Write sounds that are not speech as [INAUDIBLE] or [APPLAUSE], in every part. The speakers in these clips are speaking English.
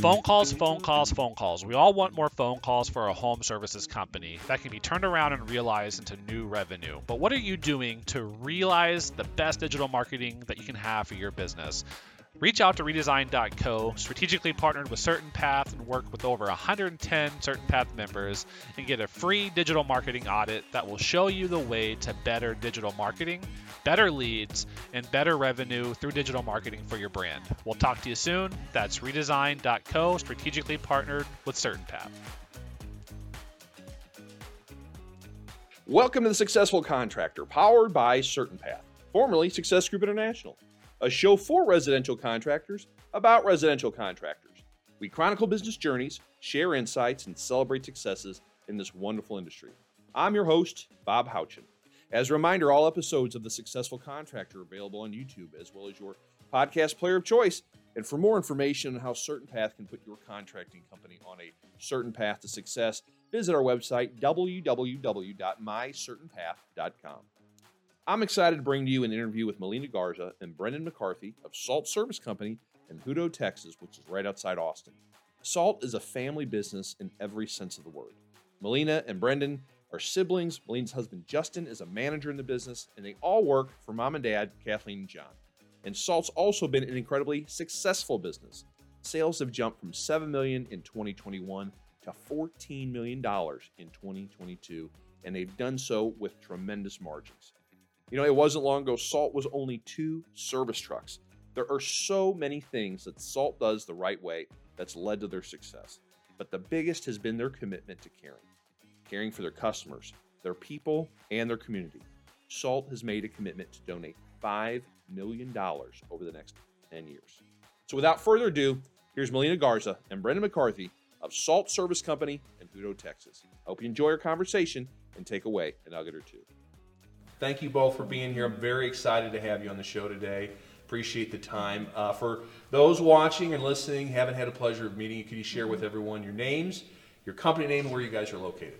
Phone calls, phone calls, phone calls. We all want more phone calls for our home services company that can be turned around and realized into new revenue. But what are you doing to realize the best digital marketing that you can have for your business? Reach out to redesign.co, strategically partnered with Certain Path and work with over 110 Certain Path members and get a free digital marketing audit that will show you the way to better digital marketing, better leads, and better revenue through digital marketing for your brand. We'll talk to you soon. That's redesign.co, strategically partnered with Certain Path. Welcome to the Successful Contractor, powered by Certain Path, formerly Success Group International a show for residential contractors about residential contractors. We chronicle business journeys, share insights, and celebrate successes in this wonderful industry. I'm your host, Bob Houchin. As a reminder, all episodes of The Successful Contractor are available on YouTube as well as your podcast player of choice. And for more information on how Certain Path can put your contracting company on a certain path to success, visit our website, www.mycertainpath.com. I'm excited to bring to you an interview with Melina Garza and Brendan McCarthy of Salt Service Company in Hutto, Texas, which is right outside Austin. Salt is a family business in every sense of the word. Melina and Brendan are siblings. Melina's husband Justin is a manager in the business, and they all work for mom and dad, Kathleen and John. And Salt's also been an incredibly successful business. Sales have jumped from 7 million in 2021 to 14 million dollars in 2022, and they've done so with tremendous margins. You know, it wasn't long ago, SALT was only two service trucks. There are so many things that SALT does the right way that's led to their success. But the biggest has been their commitment to caring, caring for their customers, their people, and their community. SALT has made a commitment to donate $5 million over the next 10 years. So without further ado, here's Melina Garza and Brendan McCarthy of SALT Service Company in Hutto, Texas. I hope you enjoy our conversation and take away a nugget or two thank you both for being here. I'm very excited to have you on the show today. Appreciate the time. Uh, for those watching and listening, haven't had a pleasure of meeting you, could you share with everyone your names, your company name, and where you guys are located?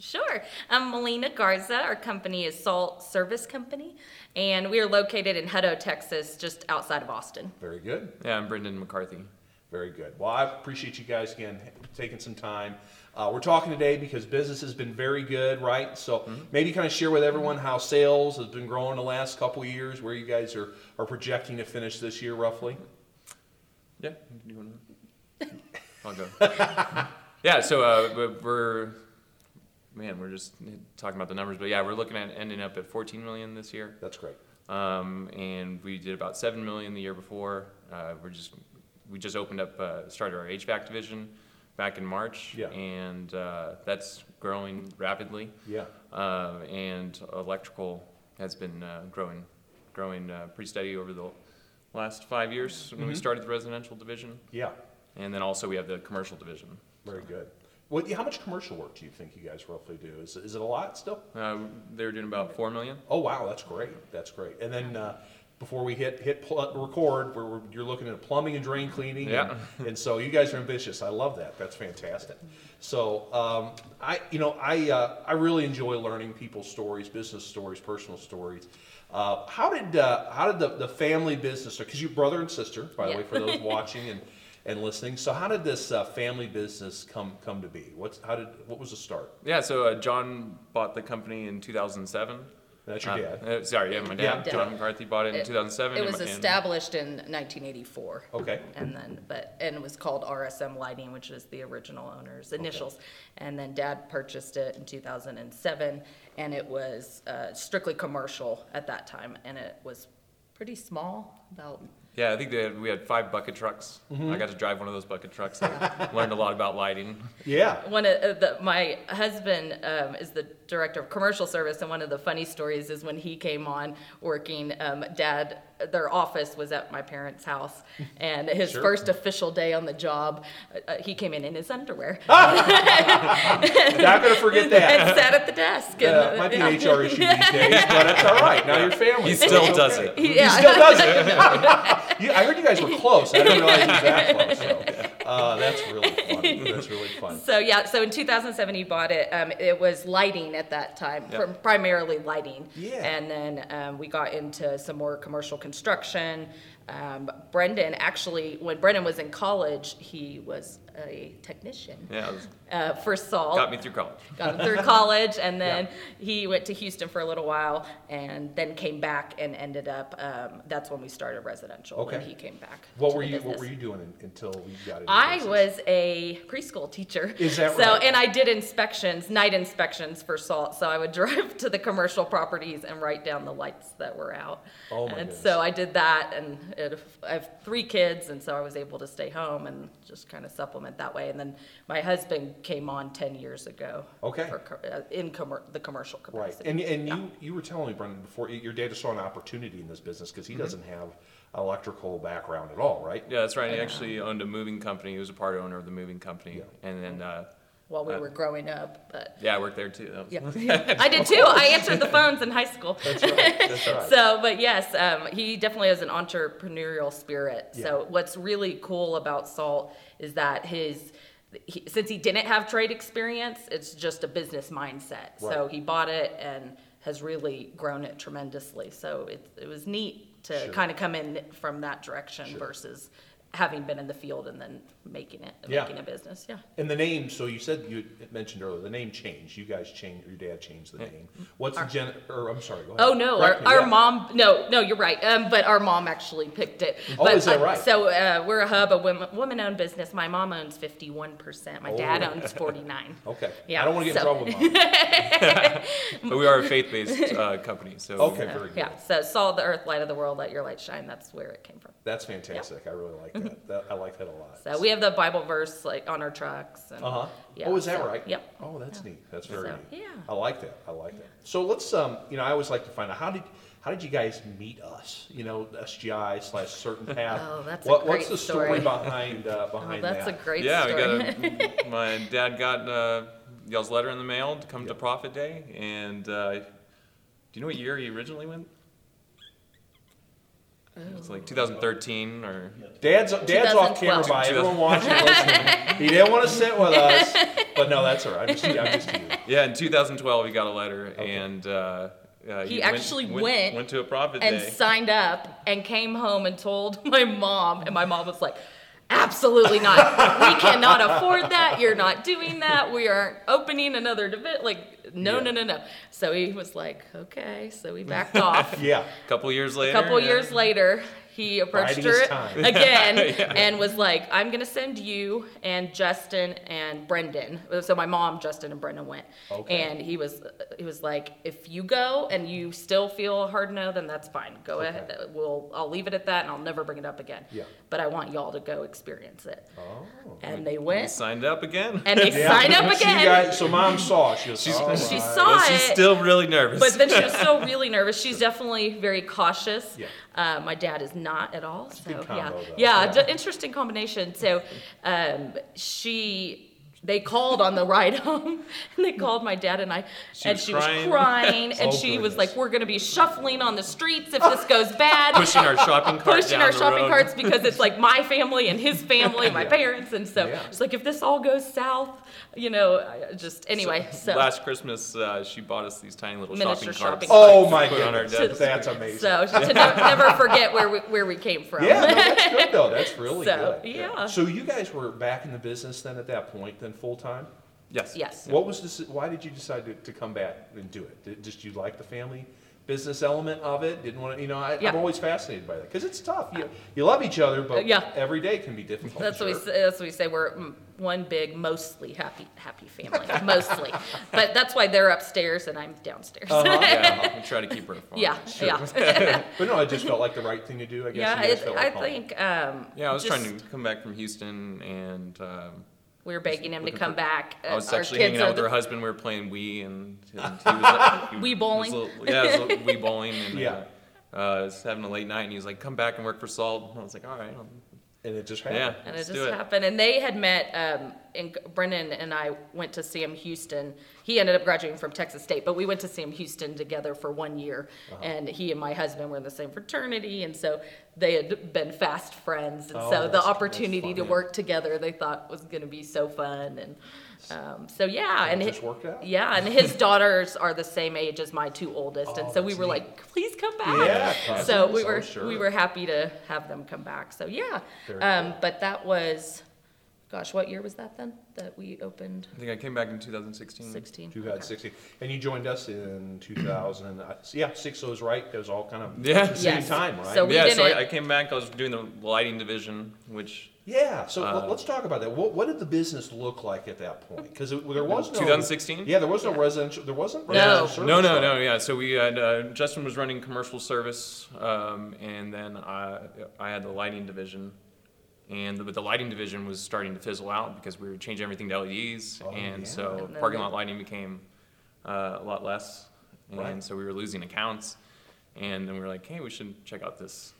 Sure. I'm Melina Garza. Our company is Salt Service Company, and we are located in Hutto, Texas, just outside of Austin. Very good. Yeah, I'm Brendan McCarthy. Very good. Well, I appreciate you guys again taking some time. Uh, we're talking today because business has been very good, right? So mm-hmm. maybe kind of share with everyone how sales has been growing the last couple years, where you guys are, are projecting to finish this year roughly. Yeah, [LAUGHS] I'll go. yeah, so uh, we're man, we're just talking about the numbers, but yeah, we're looking at ending up at 14 million this year. That's great. Um, and we did about seven million the year before. Uh, we're just we just opened up uh, started our HVAC division back in March, yeah. and uh, that's growing rapidly. Yeah, uh, and electrical has been uh, growing, growing uh, pretty steady over the last five years when mm-hmm. we started the residential division. Yeah, and then also we have the commercial division. Very so. good. What, how much commercial work do you think you guys roughly do? Is, is it a lot still? Uh, they're doing about four million. Oh wow, that's great. That's great. And then uh, before we hit hit pl- record, where you're looking at plumbing and drain cleaning. Yeah. And, and, so you guys are ambitious. I love that. That's fantastic. So um, I, you know, I uh, I really enjoy learning people's stories, business stories, personal stories. Uh, how did uh, how did the, the family business? Because you're brother and sister, by yeah. the way, for those watching and, and listening. So how did this uh, family business come come to be? What's how did what was the start? Yeah. So uh, John bought the company in 2007. That's your dad. Uh, sorry, yeah, my dad, yeah, John McCarthy, bought it, it in 2007. It was in, Oh. established in 1984. Okay. And then, but and it was called RSM Lighting, which is the original owner's initials. Okay. And then Dad purchased it in 2007, and it was uh, strictly commercial at that time, and it was pretty small, about. Yeah, I think had, we had five bucket trucks. Mm-hmm. I got to drive one of those bucket trucks. I [LAUGHS] learned a lot about lighting. Yeah. One of uh, the, my husband um, is the director of commercial service, and one of the funny stories is when he came on working. Um, Dad, their office was at my parents' house, and his sure. first official day on the job, uh, he came in in his underwear. Ah! Not gonna forget [LAUGHS] that. And sat at the desk. Yeah, and, Uh, might be an HR issue these days, but it's all right. Now your family. He still so, does it. He, yeah. he still does it. You, I heard you guys were close. I didn't realize you were that close. So, uh, that's really fun. That's really fun. So yeah, so in 2007 he bought it. Um, it was lighting at that time, Yeah. prim- primarily lighting. Yeah. And then um, we got into some more commercial construction. Um, Brendan actually, when Brendan was in college, he was a technician Yeah, it was, uh, for Salt. got me through college. Got him through college, and then he went to Houston for a little while, and then came back and ended up. Um, that's when we started residential. When Okay. he came back. What to were the you What business. were you doing in- until we got into I business? was a preschool teacher. Is that so, right? and I did inspections, night inspections for salt. So I would [LAUGHS] drive to the commercial properties and write down the lights that were out. Oh, my and goodness. so I did that, and it, I have three kids, and so I was able to stay home and just kind of supplement that way. And then my husband came on ten years ago. Okay. For, co- uh, in commer- the commercial Right, capacity. and and Yeah. you you were telling me, Brendan, before y- your dad saw an opportunity in this business because he doesn't have electrical background at all, right? Yeah, that's right. He actually owned a moving company. He was a part owner of the moving company, Yeah. and then uh, While we uh, were growing up, but yeah, I worked there too. [LAUGHS] That was- Yeah, I did too. I answered the phones in high school. That's right. So, but yes, um, he definitely has an entrepreneurial spirit. So, Yeah. what's really cool about Salt is that his, he, since he didn't have trade experience, it's just a business mindset. So Right. he bought it and has really grown it tremendously. So it, it was neat to Sure. kind of come in from that direction versus having been in the field and then making it, Yeah. making a business. Yeah. And the name, so you said you had mentioned earlier, the name changed. You guys changed, your dad changed the name. What's the gen? Or I'm sorry. Go ahead. Oh no, our, Correct me, our yeah. mom. No, no, you're right. Um, but our mom actually picked it. Oh, but, is that uh, right? so uh, we're a hub, a women, woman-owned business. My mom owns 51 percent. My dad Oh. [LAUGHS] owns 49. Okay. Yeah, I don't want to get so- in trouble. [LAUGHS] Mom. But we are a faith-based uh, company, so Okay, So, very good. yeah. So salt the earth, light of the world, let your light shine. That's where it came from. That's fantastic. I really like [LAUGHS] that. that. I like that a lot. So we have the Bible verse like on our trucks. And, Uh huh. Yeah, oh, is that so- right? Yep. Oh, that's neat. That's very So, neat. yeah. I like that. I like that. So let's um, you know, I always like to find out how did how did you guys meet us? You know, SGI slash [LAUGHS] Certain Path. Oh, that's a what, What's great the story story. behind uh, [LAUGHS] Oh, behind that's a that? great yeah, story. [LAUGHS] we got a, [LAUGHS] my dad got uh, y'all's letter in the mail to come to Profit Day, and uh, do you know what year he originally went? It's Oh. like 2013 or Dad's Dad's off camera 2012. by everyone watching. and listening. He didn't want to sit [LAUGHS] with us, but no, that's all right. I'm just, I'm just kidding. yeah. In 2012, he got a letter, and uh, uh, He actually went, went went to a Profit and Day. signed up and came home and told my mom and my mom was like absolutely not we cannot afford that you're not doing that we aren't opening another divi-. like no no no no so he was like okay so we backed off Yeah. a couple years later. a couple yeah. years later he approached Biding her his time. [LAUGHS] again and was like i'm going to send you and justin and brendan so my mom justin and brendan went Okay. and he was he was like if you go and you still feel a hard no then that's fine go Okay. ahead we'll i'll leave it at that and i'll never bring it up again Yeah. but i want y'all to go experience it Oh. and they He went signed up again. and they signed up So you again guys- so mom saw. She was. all right. she saw Well, she's it still really nervous. but then she was still really nervous. She's definitely very cautious. Yeah. Uh, my dad is not at all. So good yeah, combo, though. yeah, Yeah. d- interesting combination. So um, she. They called on the ride home, [LAUGHS] and they called my dad and I, She and was she was crying. [LAUGHS] crying, and Oh, she was goodness. like, "We're gonna be shuffling on the streets if this [LAUGHS] goes bad." [LAUGHS] pushing our shopping cart pushing down our the shopping road. carts because it's like my family and his [LAUGHS] family, my parents, and so Yeah. it's like if this all goes south, you know, I- just anyway. So, last Christmas, uh, she bought us these tiny little Miniature shopping shopping carts. Oh my Put on our goodness. desk. That's amazing. so to ne- never forget where we, where we came from. Yeah, no, that's good though. That's really So, good. yeah. So you guys were back in the business then at that point, then full time. Yes. [LAUGHS] Yes. What was this? Why did you decide to, to come back and do it? Did, just you like the family business element of it? Didn't want to, you know? I, Yeah. I'm always fascinated by that because it's tough. You, you love each other, but Yeah. every day can be difficult. That's what we sure. say, that's what we say. We're mm, one big, mostly happy happy family, mostly. But that's why they're upstairs and I'm downstairs. Uh-huh. Oh, yeah. We try to keep her [LAUGHS] informed. yeah, [LAUGHS] yeah, But no, it just felt like the right thing to do. I guess. yeah. you guys it- felt I like home. think um, Yeah, I was just- trying to come back from Houston, and um, We were begging him to looking come for- back. I was Uh, Our actually kids hanging out are with the- her husband. We were playing Wii, and, [LAUGHS] and he was like, he Wii was bowling. little- yeah, it was a [LAUGHS] Wii bowling, and Yeah. Uh, uh, I was having a late night, and he was like, "Come back and work for Salt." And I was like, "All right, I'll- and it just happened. yeah." and it let's just do it. happened. And they had met, um, and Brennan and I went to Sam Houston he ended up graduating from Texas State, but we went to Sam Houston together for one year, and he and my husband were in the same fraternity, and so they had been fast friends, and Oh, so that's- the that's opportunity fun, to yeah. work together they thought was going to be so fun, and um, so yeah, and it hi- just worked out. Yeah, and his daughters are the same age as my two oldest, and Oh, so we that's were neat. like, please come back Yeah, so cousins, we oh, were sure. we were happy to have them come back. So yeah, Very um, cool. but that was, gosh, what year was that then that we opened? I think I came back in Mm, 2016. Sixteen. You had Okay. 16, and you joined us in 2000. uh, yeah, six. So it was right. That was all kind of Yeah. at the same Yes. time, right? So- We yeah, did so it. I, I came back. I was doing the lighting division, which yeah. So Uh, let- let's talk about that. What, what did the business look like at that point? Because there was no 2016? Yeah, there was no residential. There wasn't No. residential. service no, no, though. [LAUGHS] no. Yeah, so we had uh, Justin was running commercial service, um, and then I, I had the lighting division, and the, but the lighting division was starting to fizzle out because we were changing everything to LEDs, Oh, and yeah. so And then parking the- lot lighting became uh, a lot less, and Right. so we were losing accounts, and then we were like, hey, we should check out this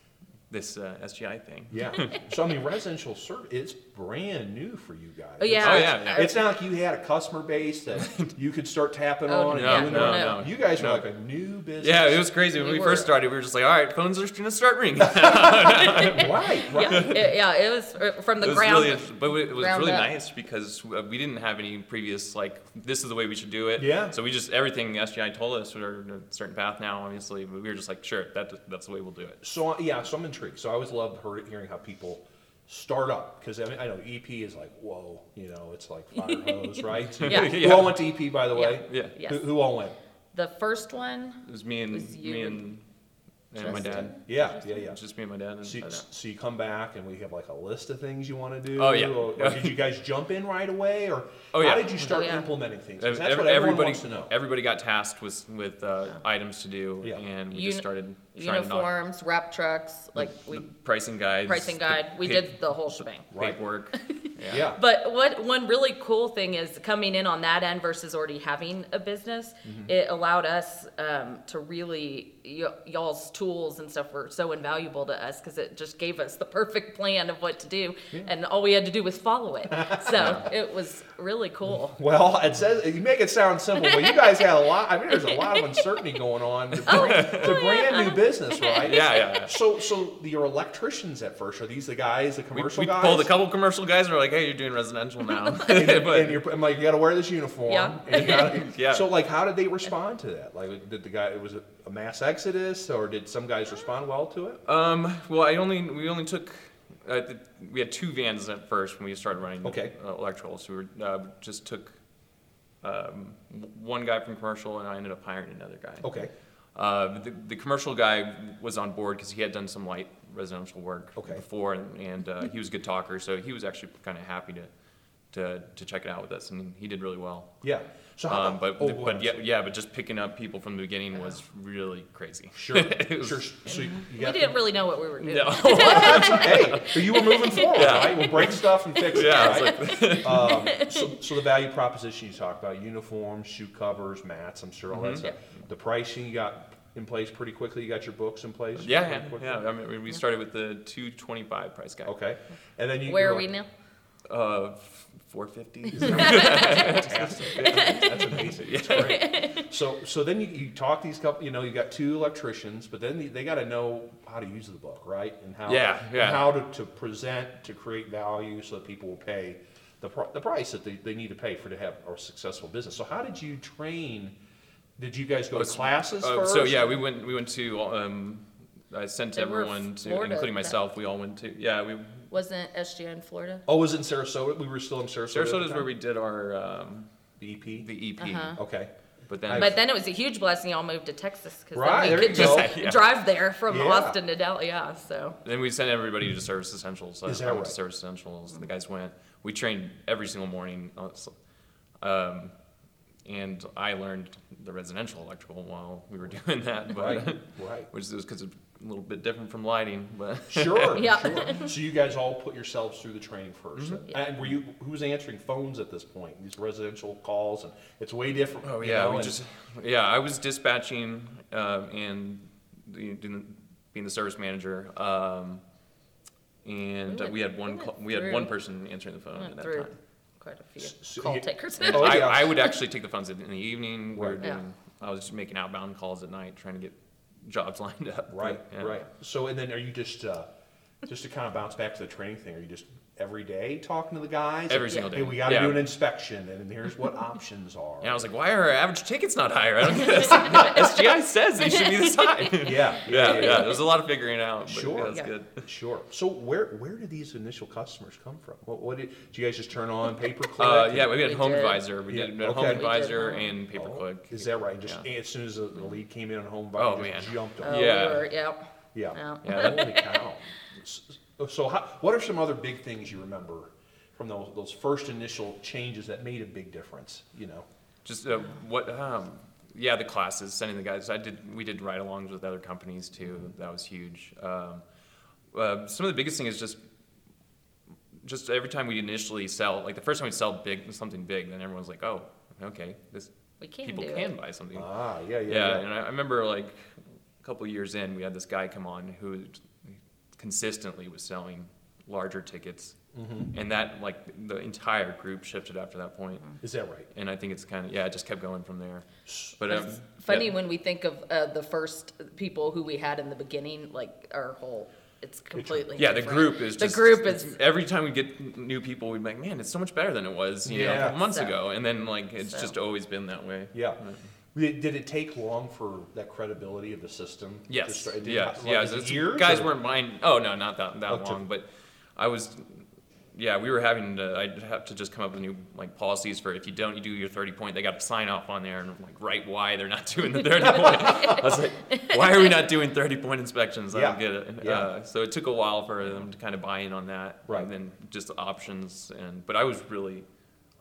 this uh, SGI thing. Yeah. so I mean, residential service is brand new for you guys. Oh yeah. Oh, yeah, yeah. I- It's not like you had a customer base that you could start tapping Oh, on. no, and doing no, their own- no. You guys were No. like a new business. Yeah, it was crazy when We we, were. first started. We were just like, all right, phones are going to start [LAUGHS] ringing. right, right. yeah, it, yeah, it was uh, from the it was ground. really, int- but it was ground really up. nice because uh, we didn't have any previous like this is the way we should do it. Yeah. So we just everything SGI told us we're on a certain path now. Obviously, but we were just like, sure, that that's the way we'll do it. So uh, yeah, so I'm intrigued. So I always love hear- hearing how people start up because I mean I know EP is like whoa, you know, it's like [LAUGHS] fire hose, right? Yeah. Who all went to EP by the Yeah. way? Yeah. Yes. Who, who all went? the first one. It was me and was you me and and, and my dad. Justin. Yeah, yeah, It yeah. was just me and my dad. And So, my you- dad. so you come back and we have like a list of things you want to do. Oh, yeah. Or, or did you guys jump in right away, or Oh, how yeah. did you start yeah. implementing things? 'Cause Ev- That's ev- what everyone everybody, wants to know. everybody got tasked with with uh, items to do, Yeah. and we Uni- just started trying Uniforms, wrap trucks, like to we knock pricing guides, pricing the guide. We pa- did the whole shebang. Right. [LAUGHS] paperwork. yeah. But what one really cool thing is coming in on that end versus already having a business. Mm-hmm. It allowed us um, to really y- y'all's tools and stuff were so invaluable to us because it just gave us the perfect plan of what to do, and all we had to do was follow [LAUGHS] it. So it was really cool. Well, it says you make it sound simple, but you guys had a lot. I mean, there's a lot of uncertainty going on. [LAUGHS] It's Oh, a brand new business, right? Yeah, yeah, yeah. So, so your electricians at first are these the guys, the We, commercial we guys? pulled a couple commercial guys and we're like, hey, you're doing residential [LAUGHS] now. [LAUGHS] and you're, I'm like, you got to wear this uniform. Yeah. And you gotta, [LAUGHS] Yeah. So, like, how did they respond to that? Like, did the guy was it a mass exodus, or did some guys respond well to it? Um, well, I only we only took uh, th- we had two vans at first when we started running Okay. uh, electrical, so we were, uh, just took um, w- one guy from commercial, and I ended up hiring another guy. Okay. Uh, the, the commercial guy was on board because he had done some light residential work Okay. before, and, and uh, he was a good talker, so he was actually kind of happy to, to to check it out with us, and he did really well. Yeah. So, how Um, about- but [LAUGHS] oh, go but ahead. yeah, yeah, but just picking up people from the beginning was really crazy. [LAUGHS] Sure. It was- sure. So you We got didn't really know what we were doing. [LAUGHS] No. hey, but you were [LAUGHS] moving forward, Yeah. right? We'll break stuff and fix Yeah, it. it's Right? [LAUGHS] um, so, so the value proposition you talk about: uniforms, shoe covers, mats. I'm sure all Mm-hmm. that stuff. The pricing you got in place pretty quickly. You got your books in place. Yeah, pretty yeah, quickly? yeah. I mean, we started with the two twenty-five price guide. Okay, and then you. [LAUGHS] Where you're are we like, now? Uh, four [LAUGHS] fifty. Fantastic. That's amazing. That's great. So, so then you, you talk these couple. You know, you got two electricians, but then they, they got to know how to use the book, right? And how. Yeah, yeah. And how to, to present to create value so that people will pay the pr- the price that they, they need to pay for to have a successful business. So, how did you train? Did you guys go to classes Uh, first? so yeah, we went. We went to. Um, I sent They were everyone to, Florida, including that- myself. We all went to. Yeah, we. Wasn't SGI in Florida? Oh, was it in Sarasota? We were still in Sarasota. at the Sarasota is where time? we did our um, the EP. the EP, [LAUGHS] okay. but then Uh-huh. But then it was a huge blessing y'all moved to Texas because Right, we there could you go. [LAUGHS] just Yeah. drive there from Yeah. Austin to Dallas. Yeah, so then we sent everybody to Service Essentials. I, Is that I went right? to Service Essentials, and the guys went. We trained every single morning. uh, so- Um, and I learned the residential electrical while we were [LAUGHS] doing that, but Right. Right. [LAUGHS] which was because it's a little bit different from lighting, but [LAUGHS] [LAUGHS] Sure. Yeah. Sure. Mm-hmm. So you guys all put yourselves through the training 1st Yeah. And were you who was answering phones at this point? These residential calls and it's way different. Oh you yeah, know, we and- just yeah. I was dispatching um, and the- doing- being the service manager, um, and We uh, we went- had we one went cl- we had through- one person answering the phone went at that through time. quite a few S- so call you- takers. Oh, [LAUGHS] I, yeah. I would actually take the phones in, in the evening. We were Right. Yeah. doing, I was just making outbound calls at night, trying to get jobs [LAUGHS] lined up. Right, Yeah. right. So, and then are you just, uh, just to kind of bounce back to the training thing, are you just every day talking to the guys? Every Like, single Hey, day. we got to Yeah. do an inspection, and here's what options are. And I was like, why are our average tickets not higher? I don't get this. SGI says they should be this high. Yeah, [LAUGHS] yeah, yeah. There was a lot of figuring out. But Sure. Yeah, that's Yeah. good. [LAUGHS] Sure. So where where did these initial customers come from? What, what did, did you guys just turn on pay per click? Uh, yeah, we had We Home did. Advisor. We Yeah, did we had okay. Home We did Advisor Home. and pay per click. Is that right? Just as soon as the the lead came in on home buy, Oh, you just man. jumped on. Oh, it. Yeah. we were- yep. Yeah. Yeah. Yeah. Holy cow. S- So, how, what are some other big things you remember from those, those first initial changes that made a big difference? You know. Just uh, what? Um, yeah, the classes, sending the guys. I did. We did ride-alongs with other companies too. That was huge. Um, uh, some of the biggest thing is just, just every time we initially sell, like the first time we sell big something big, then everyone's like, oh, okay, this We can people do can it. buy something. Ah, yeah, yeah. yeah, and I I remember like a couple years in, we had this guy come on who consistently was selling larger tickets, and that like the entire group shifted after that point. Mm-hmm. Is that right? And I think it's kind of yeah, it just kept going from there. But um, It's funny yeah. when we think of uh, the first people who we had in the beginning, like our whole, it's completely yeah, the different. group is the just, group is every time we get n- new people, we'd be like, man, it's so much better than it was, you know, a Yeah. couple months So- ago. And then like it's so. just always been that way. Yeah. Mm-hmm. Did, did it take long for that credibility of the system? to Yes. start- yeah. like yeah. so it's- years guys or- weren't buying. Oh no, not that that Oh, to- long. But I was. Yeah, we were having to. I'd have to just come up with new like policies for if you don't, you do your thirty point. They got to sign off on there and like write why they're not [LAUGHS] doing the thirty [LAUGHS] point. I was like, why are we not doing thirty point inspections? I don't Yeah, get it. And, yeah. Uh, so it took a while for them to kind of buy in on that. Right. And then just options and. But I was really,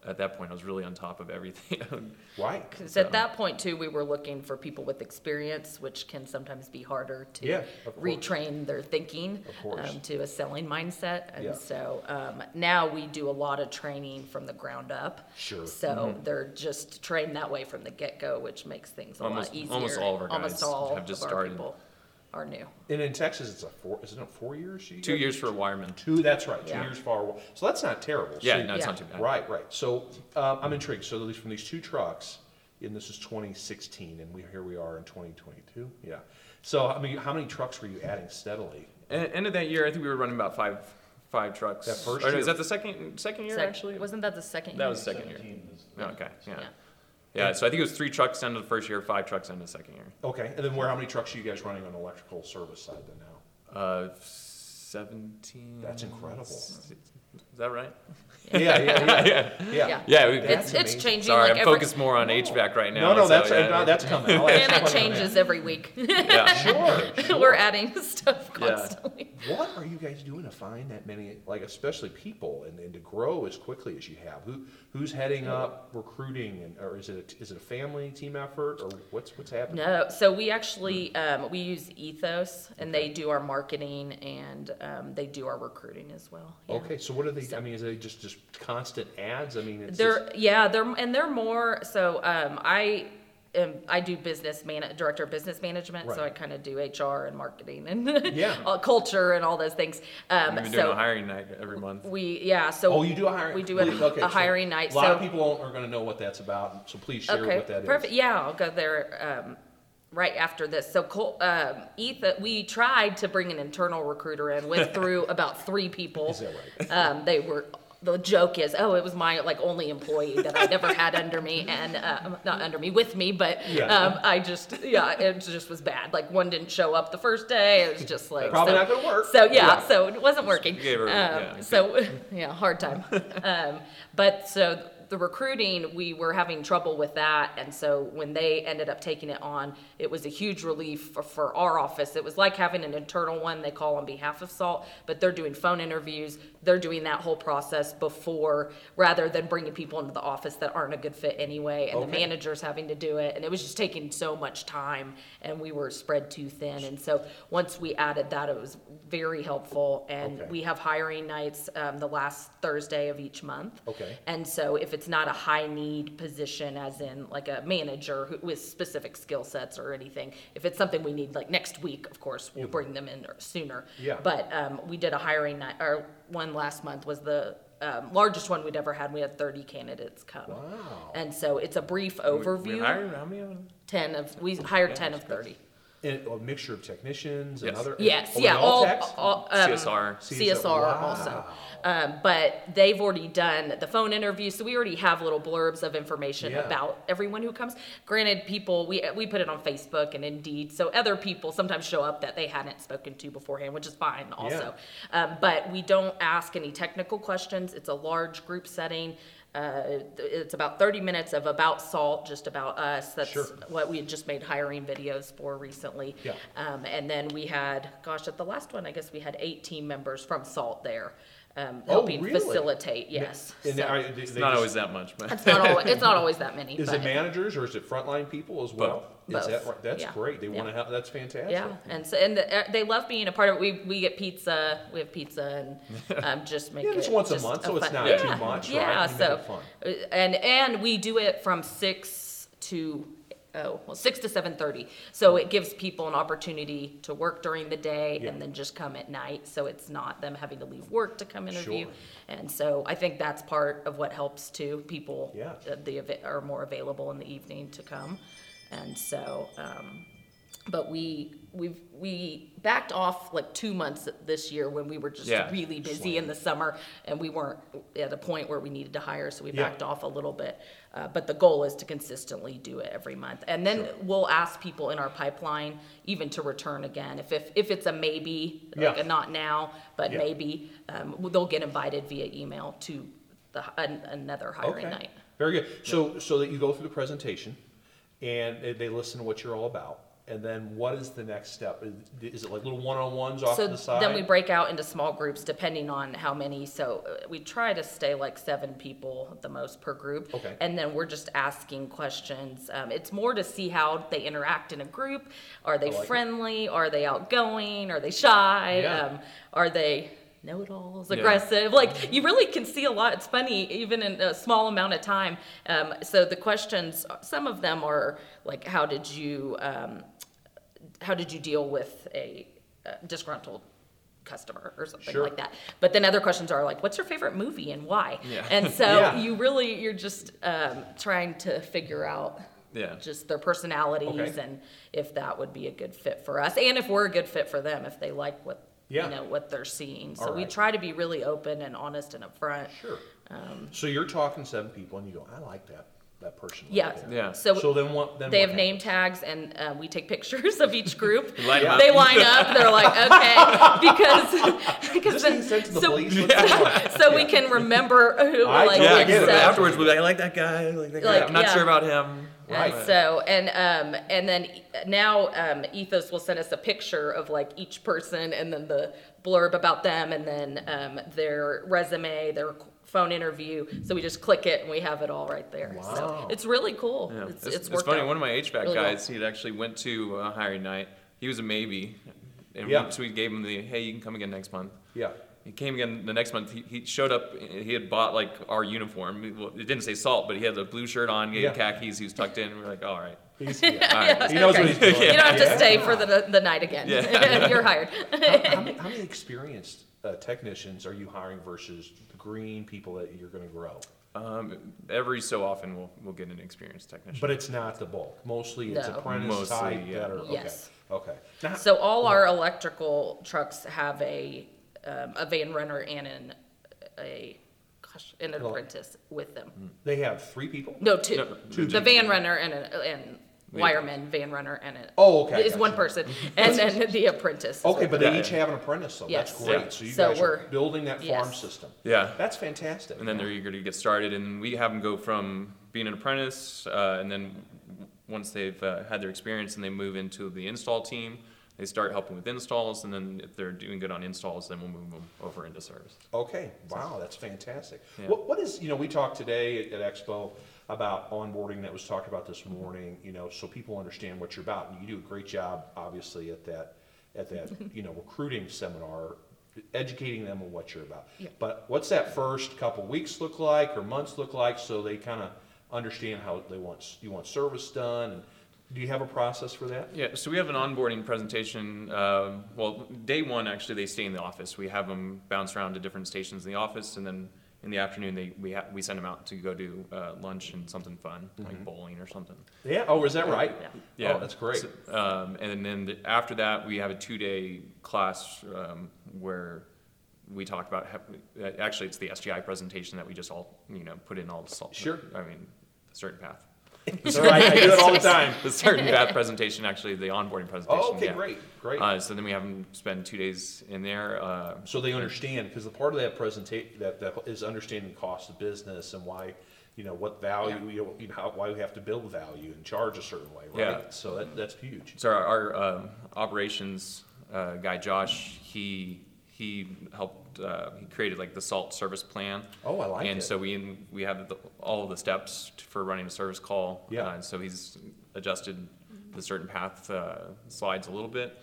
at that point, I was really on top of everything. [LAUGHS] Right. Because at that point too, we were looking for people with experience, which can sometimes be harder to Yeah, of course. retrain their thinking Of course. um, to a selling mindset. And Yeah. so um, now we do a lot of training from the ground up. Sure. So Mm-hmm. they're just trained that way from the get go, which makes things a Almost- lot easier. almost all of our Almost guys all have just of our started. people are new. And in Texas, it's a four. Isn't it four years? You Two got- years for a wireman. Two. That's right. Two Yeah. years far. away. So that's not terrible. So Yeah. you- No, it's Yeah. not too bad. Right, right. So um, I'm intrigued. So at least from these two trucks, and this is 2016, and we here we are in 2022. Yeah. So I mean, how many trucks were you adding steadily? End E, end of that year, I think we were running about five, five trucks. That first Or no, year? Is that the second, second year Sec- actually? wasn't that the second? That year? was second year. Oh, Okay, yeah. Yeah. Yeah, so I think it was three trucks end of the first year, five trucks end of the second year. Okay, and then where? How many trucks are you guys running on electrical service side then now? [LAUGHS] Uh, seventeen. That's incredible. Is that right? [LAUGHS] Yeah, yeah, yeah, yeah. Yeah. [LAUGHS] Yeah, we- That's It's, it's amazing. changing. Sorry, like I'm every, focused more on HVAC right now. No, no, so, that's yeah, no, that's coming. I'll And it ask you about changes every week. [LAUGHS] [LAUGHS] Yeah, that. Sure. We're sure. adding [LAUGHS] stuff Yeah. constantly. What are you guys doing to find that many, like especially people, and, and to grow as quickly as you have? Who who's heading up recruiting, and or is it a, is it a family team effort, or what's what's happening? No, so we actually um, we use Ethos, and they do our marketing and um, they do our recruiting as well. yeah. Okay, so what are they? I mean, is they just just constant ads? I mean, it's They're yeah, they're and they're more so. Um, I am I do business man director of business management, so Right. I kind of do HR and marketing and Yeah. [LAUGHS] all culture and all those things. Um, we've been doing a so hiring night every month. we yeah, so oh, you do a hiring. we do a, okay, a so hiring night. A lot so of people aren't- are going to know what that's about, so please share what that is. perfect. Yeah, I'll go there um, right after this. So, Col- um, Ethan, we tried to bring an internal recruiter [LAUGHS] in. Went through about three people. Is that right? [LAUGHS] Um, they were. The joke is, oh, it was my like only employee that I never had under me, and uh, not under me, with me, but Yeah. um, I just, yeah, it just was bad. Like one didn't show up the first day. It was just like Probably so- not gonna work. So yeah, Yeah. so it wasn't working. gave her- um, yeah. So [LAUGHS] yeah, hard [LAUGHS] time. um, but so the recruiting, we were having trouble with that, and so when they ended up taking it on, it was a huge relief for, for our office. It was like having an internal one they call on behalf of Salt, but they're doing phone interviews. They're doing that whole process before, rather than bringing people into the office that aren't a good fit anyway, and the Okay. managers having to do it, and it was just taking so much time, and we were spread too thin. And so once we added that, it was very helpful, and Okay. we have hiring nights um, the last Thursday of each month. Okay. And so if it's not a high need position, as in like a manager who, with specific skill sets or anything, if it's something we need like next week, of course, we'll bring them in sooner. Mm-hmm. Yeah. But um, we did a hiring night, or one last month was the um, largest one we'd ever had. We had 30 candidates come. Wow. And so it's a brief We overview. hired how many? of them? 10 of, we hired 10 of that's great. 30. And oh, a mixture of technicians and Yes. other. Yes, oh, yeah, and all all, techs? all, um, CSR. CSR, CSR wow. also. Um, but they've already done the phone interview, so we already have little blurbs of information Yeah. about everyone who comes. Granted, people we we put it on Facebook and Indeed, so other people sometimes show up that they hadn't spoken to beforehand, which is fine also. Um, but we don't ask any technical questions. It's a large group setting. Uh, it's about 30 minutes of about salt, just about us. That's Sure. what we had just made hiring videos for recently. Yeah. Um, and then we had, gosh, at the last one, I guess we had eight team members from SALT there um, Oh, helping really? facilitate. Yes. And So are they- they It's not just- always that much, but it's, not always, it's not always that many. Is but, it managers or is it frontline people as well? Is Both. that right? That's Yeah. great. They want to Yeah. have. That's fantastic. Yeah, and so and the, uh, they love being a part of it. We we get pizza, we have pizza, [LAUGHS] and um, just make Yeah, it it's once a just month, so it's fun- not yeah. too much, right? Yeah, You make so it fun. uh, and and we do it from six to oh well six to seven thirty. So it gives people an opportunity to work during the day Yeah. and then just come at night. So it's not them having to leave work to come interview. Sure. And so I think that's part of what helps too. People Yeah. uh, the ava- are more available in the evening to come, and so. Um, but we we've we backed off like two months this year when we were just Yeah. really busy in the summer and we weren't at a point where we needed to hire so we Yeah. backed off a little bit uh, but the goal is to consistently do it every month and then we'll ask people in our pipeline even to return again if if, if it's a maybe like Yeah. a not now but Yeah. maybe um, they'll get invited via email to the an, another hiring Okay. night Very good. So so that you go through the presentation, and they- they listen to what you're all about, and then what is the next step? Is- Is it like little one-on-ones off so to the side? then we break out into small groups depending on how many so uh, we try to stay like seven people at the most per group Okay. and then we're just asking questions um, it's more to see how they interact in a group are they like it. friendly are they outgoing are they shy Yeah. um, are they know-it-alls aggressive like you really can see a lot it's funny even in a small amount of time um, so the questions some of them are like how did you um, how did you deal with a uh, disgruntled customer or something Sure. like that but then other questions are like what's your favorite movie and why Yeah. and so Yeah. you really you're just um, trying to figure out yeah. just their personalities Okay. and if that would be a good fit for us and if we're a good fit for them if they like what Yeah. you know what they're seeing so All we right. try to be really open and honest and upfront Sure. Um, so you're talking to seven people, and you go, "I like that that person." right yeah there." Yeah. so, So then what? Then they what have name happens? tags and uh, we take pictures [LAUGHS] of each group Light 'em up. they line up they're like okay because [LAUGHS] because Is this being sent to the so, [LAUGHS] police? What's going on? so we can remember who I- like yeah, I and get it. so- Afterwards, we'll be like, I like that guy. I like that guy. Like, I'm not yeah. sure about him. Right. And so and um and then e- now um Ethos will send us a picture of like each person and then the blurb about them and then um their resume, their phone interview. So we just click it and we have it all right there. Wow. So it's really cool. Yeah. It's, it's, worked funny. out. One of my HVAC really well. guys, he had actually went to a hiring night. He was a maybe, and Yeah. we, so we gave him the hey, you can come again next month. Yeah. He came again the next month. He, he showed up. He had bought like our uniform. Well, it didn't say salt, but he had a blue shirt on, he had Yeah. khakis. He was tucked in. We're like, all right, He's- yeah. [LAUGHS] all right. He knows what Okay. he's doing. You don't have Yeah. to stay for the the night again. [LAUGHS] You're hired. how, how many, how many experienced uh, technicians are you hiring versus the green people that you're going to grow? Um, every so often, we'll we'll get an experienced technician. But it's not the bulk. Mostly it's No. apprentice Mostly, type yeah. that are Yes. okay. Okay. Now, So all our electrical trucks have a um, a van runner and an a gosh an Well- apprentice with them. they have three people. No, two. No, two, the two. van runner and a, and Yeah. wireman, van runner and a, Oh, okay, is gotcha. one person, and then the apprentice. is Okay, with but Yeah. they each have an apprentice, so Yes. that's great. Yeah. So you So guys are we're- building that farm yes. system. Yeah. that's fantastic. and then they're eager to get started. And we have them go from being an apprentice, uh, and then w- once they've uh, had their experience and they move into the install team, they start helping with installs. And then if they're doing good on installs, then we'll move them over into service. Okay, wow, that's fantastic. Yeah. What, what is, you know, we talked today at, at Expo about onboarding that was talked about this morning, you know, so people understand what you're about. And you do a great job, obviously, at that, at [LAUGHS] that, you know, recruiting seminar, educating them on what you're about. But what's that first couple weeks look like or months look like so they kind of understand how they want, s- you want service done? And do you have a process for that? Yeah, so we have an onboarding presentation. um well, day one, actually, they stay in the office. We have them bounce around to different stations in the office, and then in the afternoon, they we ha- we send them out to go do uh, lunch and something fun, like bowling or something. Yeah. Oh, is that right? Yeah, Oh, that's great. So, Um, and then the, after that, we have a two-day class um, where we talk about. How, actually, it's the SGI presentation that we just all you know put in all the salt. Sure. I mean, the certain path. [LAUGHS] That's all right. I do it all the time. The certain [LAUGHS] path presentation, actually, the onboarding presentation. Oh, okay, yeah. great, great. Uh, so then we have them spend two days in there. Uh, so they understand because the part of that presentation that, that is understanding cost of business and why you know what value you, know, you know how, why we have to build value and charge a certain way right Yeah. so that, that's huge So our, our um, operations uh, guy Josh, he he helped. Uh, he created like the salt service plan. Oh, I like And it. so we we have the, all the steps t- for running a service call. Yeah. Uh, and so he's adjusted the certain path uh, slides a little bit,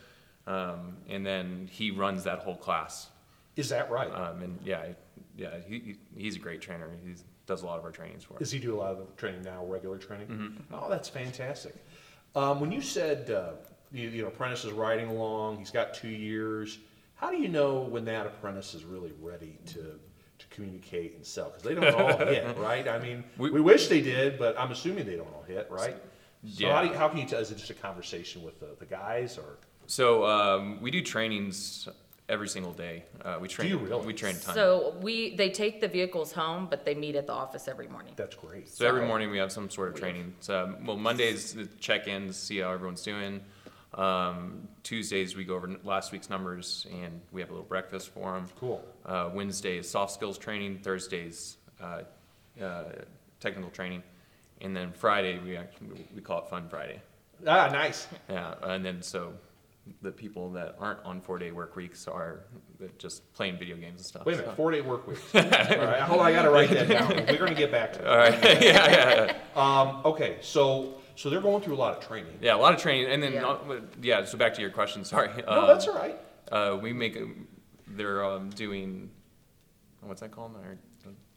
um, and then he runs that whole class. is that right Um, and yeah, I- yeah, he, he- he's a great trainer. He does a lot of our trainings for us. Does he do a lot of the training now, regular training? Mm-hmm. Oh, that's fantastic. Um, when you said, uh, you, you know, apprentice is riding along, he's got two years, how do you know when that apprentice is really ready to, to communicate and sell? Because they don't [LAUGHS] all hit, right? I mean, we, We- wish they did, but I'm assuming they don't all hit, right? So how, Yeah. do you, how can you tell? Is it just a conversation with the, the guys or? So um, we do trainings every single day. Uh, we train. you really? We train a ton. So we they take the vehicles home, but they meet at the office every morning. That's great. So every morning we have some sort of training. So well, Mondays the check-ins, see how everyone's doing. Um, Tuesdays we go over n- last week's numbers and we have a little breakfast for them. Cool. Uh, Wednesday is soft skills training. Thursdays uh, uh, technical training, and then Friday we actually, we call it Fun Friday. Ah, nice. Yeah, and then so the people that aren't on four-day work weeks are just playing video games and stuff. Wait a minute, So- four day [LAUGHS] work weeks. all right, hold on, I got to write that down. We're going to get back to that. All right. [LAUGHS] yeah, yeah, Um, okay, so so they're going through a lot of training. Yeah, a lot of training, and then Yeah. uh, yeah. So back to your question. Sorry. No, that's all right. Uh, we make a, they're um, doing what's that called? Or,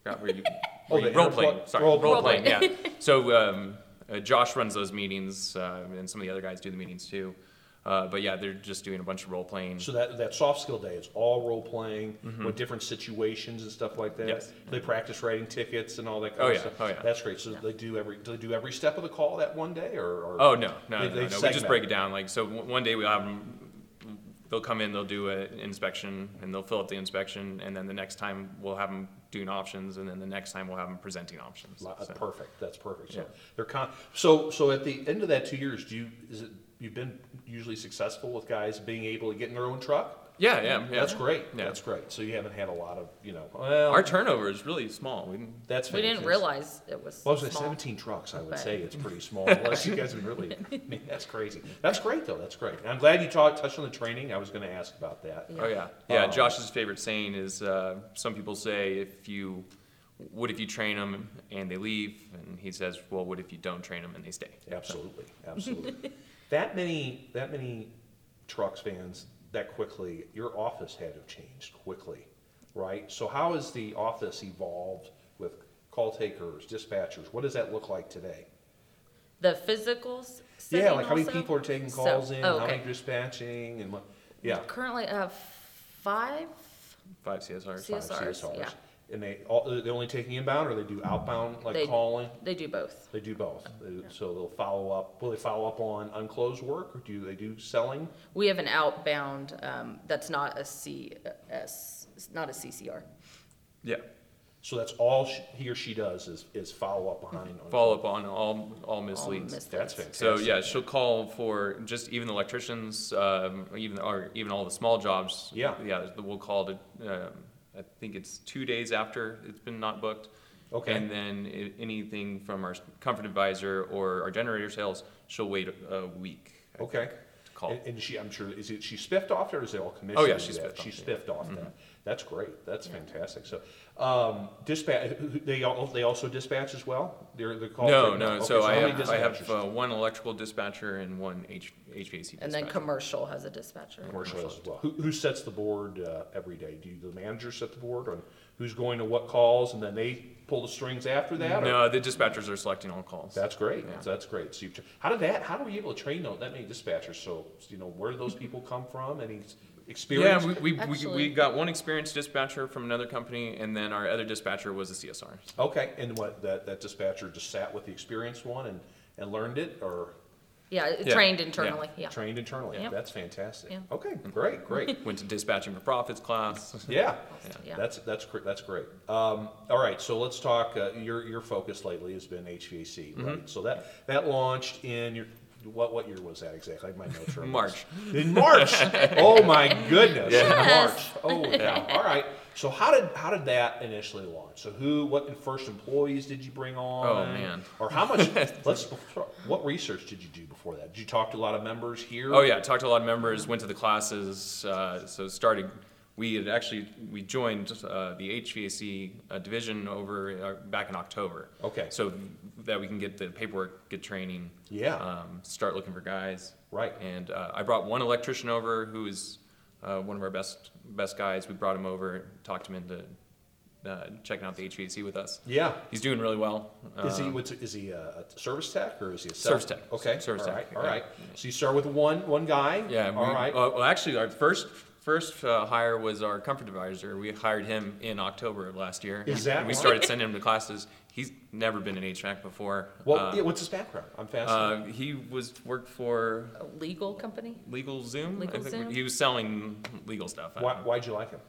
forgot where you, Oh, where you- the role playing. interpl- Sorry, role role, play. playing. Yeah. [LAUGHS] so um, uh, Josh runs those meetings, uh, and some of the other guys do the meetings too. Uh, but yeah, they're just doing a bunch of role playing. So that that soft skill day is all role playing with different situations and stuff like that. Mm-hmm. Yes. They practice writing tickets and all that kind Oh, of yeah. stuff. Oh, yeah. That's great. So they do every do they do every step of the call that one day or, or Oh no, no, They- no, they no. We just segment. break it down. Like so, w- one day we will have them. They'll come in, they'll do an inspection, and they'll fill out the inspection, and then the next time we'll have them doing options, and then the next time we'll have them presenting options. Lo- So- uh, perfect. That's perfect. So Yeah. they're con- so so at the end of that two years, do you is it you've been usually successful with guys being able to get in their own truck? Yeah, yeah, yeah. That's great. Yeah. That's great. So you haven't had a lot of you know well Our turnover is really small. We didn't- that's We didn't fantastic. realize it was. Well, I was like small. 17 trucks, I would But- say it's pretty [LAUGHS] small, unless you guys have really, I mean, that's crazy. That's great, though, that's great. And I'm glad you talked, touched on the training, I was gonna ask about that. Oh yeah, yeah. Josh's favorite saying is, uh, "Some people say if you, what if you train them and they leave?" And he says, "Well, what if you don't train them and they stay?" Absolutely, absolutely. [LAUGHS] That many, that many trucks, vans, that quickly, your office had to have changed quickly, right? So how has the office evolved with call takers, dispatchers? What does that look like today? The physicals. Yeah, setting like how many also? people are taking So- calls in, oh, how okay. many dispatching, and what, yeah. Currently, uh, five. Five CSRs. five CSRs, CSRs. yeah. And they all, they only taking inbound or they do outbound, like They- calling? They do both. They do both. They do- So they'll follow up. Will they follow up on unclosed work or do they do selling? We have an outbound um, that's not a CS, not a CCR. Yeah. So that's all sh- he or she does is, is follow up behind. on- Mm-hmm. Follow up on all all all misleads. misleads. That's fantastic. So yeah, she'll call for just even the electricians, um, even or even all the small jobs. Yeah. yeah. We'll call it. Um, I think it's two days after it's been not booked. Okay. And then i anything from our comfort advisor or our generator sales, she'll wait a, a week. I Okay. think, to call. And, and she, I'm sure, is it, she spiffed off or is it all commissioned? Oh, yeah, to she's do that? spiffed off, She's yeah. Mm-hmm. spiffed off that. That's great. That's fantastic. So, um, dispatch, they all, they also dispatch as well? They're, they're called? no, no. So, how I many have, I have dispatchers? uh, one electrical dispatcher and one H, HVAC. And then dispatcher. commercial has a dispatcher. commercial as well. Who, who sets the board uh, every day? Do the manager set the board on who's going to what calls, and then they pull the strings after that? or- No, the dispatchers are selecting all calls. That's great. That's great. So you've, tra- how did that? How do we able to train tho- that many dispatchers? So you know, where do those people come from? Any s- experience? Yeah, we, we, we, we Actually- got one experienced dispatcher from another company, and then our other dispatcher was a CSR. Okay, and what, that, that dispatcher just sat with the experienced one and, and learned it or Yeah, Yeah. trained Yeah. internally. Yeah. trained internally? Yep. That's fantastic. Yeah. Okay, great, [LAUGHS] great. Went to dispatching for profits class. Yeah, Yeah. that's, that's, gr- that's great. Um, all right, so let's talk, uh, your, your focus lately has been HVAC, Mm-hmm. right? So that, that launched in your, what, what year was that exactly? My notes are. [LAUGHS] a mess. March. In March. [LAUGHS] oh my goodness. In Yes. March. Oh, yeah. All right. So how did how did that initially launch? So who, what first employees did you bring on? Oh, man. Or how [LAUGHS] much? let's. What research did you do before that? Did you talk to a lot of members here? Oh yeah, talked to a lot of members, went to the classes, uh, so started. We had actually we joined uh, the HVAC uh, division over uh, back in October. Okay. So that we can get the paperwork, get training. Yeah. Um, start looking for guys. Right. And uh, I brought one electrician over who is uh, one of our best best guys. We brought him over, talked him into uh, checking out the HVAC with us. Yeah. He's doing really well. Is he Um, what's, is he a a service tech or is he a Service sales- tech. Okay. Service all tech, right, yeah. All right. So you start with one one guy. Yeah. and All we- right. uh, well, actually, our first first uh, hire was our comfort advisor. We hired him in October of last year. Is that And we right? started sending him to classes. He's never been in HVAC before. Well, Uh, yeah, what's his background? I'm fascinated. uh, he was worked for A legal company. Legal Zoom. Legal Zoom? He was selling legal stuff. I Why, don't know. why'd you like him?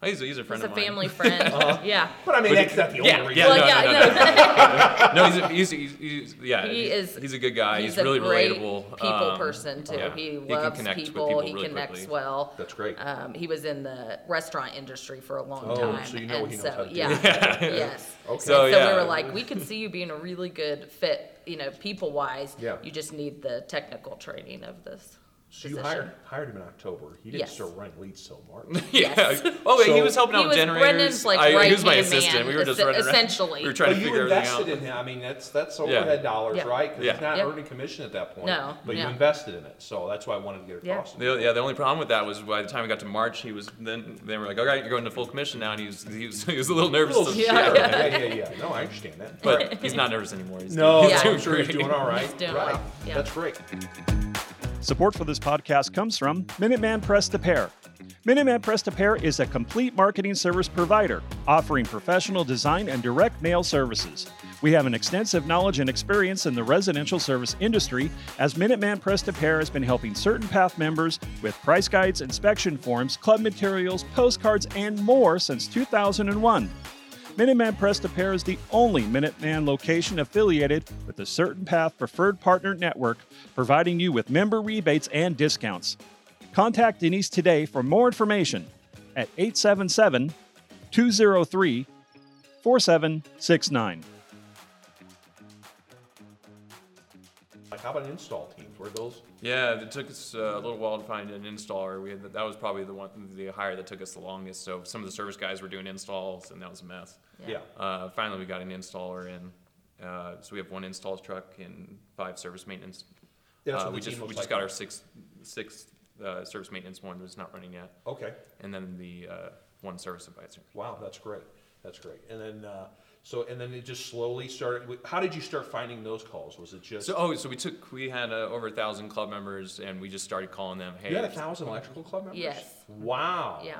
He's, he's a He's friend a of mine. family friend. [LAUGHS] yeah. But I mean, Would- that's not the only Yeah, reason. yeah, Well, no, yeah, no, no, no, no. No, he's, a, he's, he's, he's yeah, He he's, is- he's a good guy. He's, a really great relatable. People um, person too. yeah. He He can loves connect with people. people He really connects quickly. well. That's great. Um, he was in the restaurant industry for a long Oh, time. so you know and he knows so, how to do [LAUGHS] yeah. it. yes. Okay. And So, So, yeah. we were like, we could see you being a really good fit, you know, people wise. Yeah. You just need the technical training of this. So you position. hired hired him in October. He didn't Yes. start running leads till [LAUGHS] March. [LAUGHS] Yeah. Yes. Oh, wait, he So- was helping He out was with generators. Brendan's, like, I- he was my right-hand assistant. man, we were just es- running around. essentially. We were trying But to you figure everything out. invested in him. I mean, that's that's Yeah. overhead dollars, Yeah. right? 'Cause Yeah. he's not Yeah. earning commission at that point. No, But you no. invested in it, so that's why I wanted to get Yeah. across. The, yeah, the only problem with that was by the time we got to March, he was then they were like, "All right, you're going to full commission now," and he was he [LAUGHS] was, he was a little nervous. Little to- Oh, [LAUGHS] sure. Yeah. yeah, yeah, yeah. No, I understand that. But he's not nervous anymore. [LAUGHS] He's [LAUGHS] no, doing- Yeah. I'm sure he's doing all right. He's doing right. well. Yeah. That's great. Support for this podcast comes from Minuteman Press to Pair. Minuteman Press to Pair is a complete marketing service provider offering professional design and direct mail services. We have an extensive knowledge and experience in the residential service industry, as Minuteman Press to Pair has been helping Certain Path members with price guides, inspection forms, club materials, postcards, and more since 2001. Minuteman Press to Pair is the only Minuteman location affiliated with the Certain Path Preferred Partner Network, providing you with member rebates and discounts. Contact Denise today for more information at 877 203 4769. Like, how about install teams? Where those? Yeah, it took us uh, a little while to find an installer. We had that was probably the one the hire that took us the longest. So some of the service guys were doing installs, and that was a mess. Yeah. Uh, finally, we got an installer in. Uh, so we have one install truck and five service maintenance. Yeah, that's uh, what we the just team we looks just like. got our sixth sixth uh, service maintenance one was not running yet, Okay. and then the uh, one service advisor. Wow, that's great. That's great. And then uh, so and then it just slowly started. How did you start finding those calls? Was it just So oh, so we took we had uh, over a thousand club members, and we just started calling them. Hey, you had a thousand electrical club members? Yes. Wow. Yeah.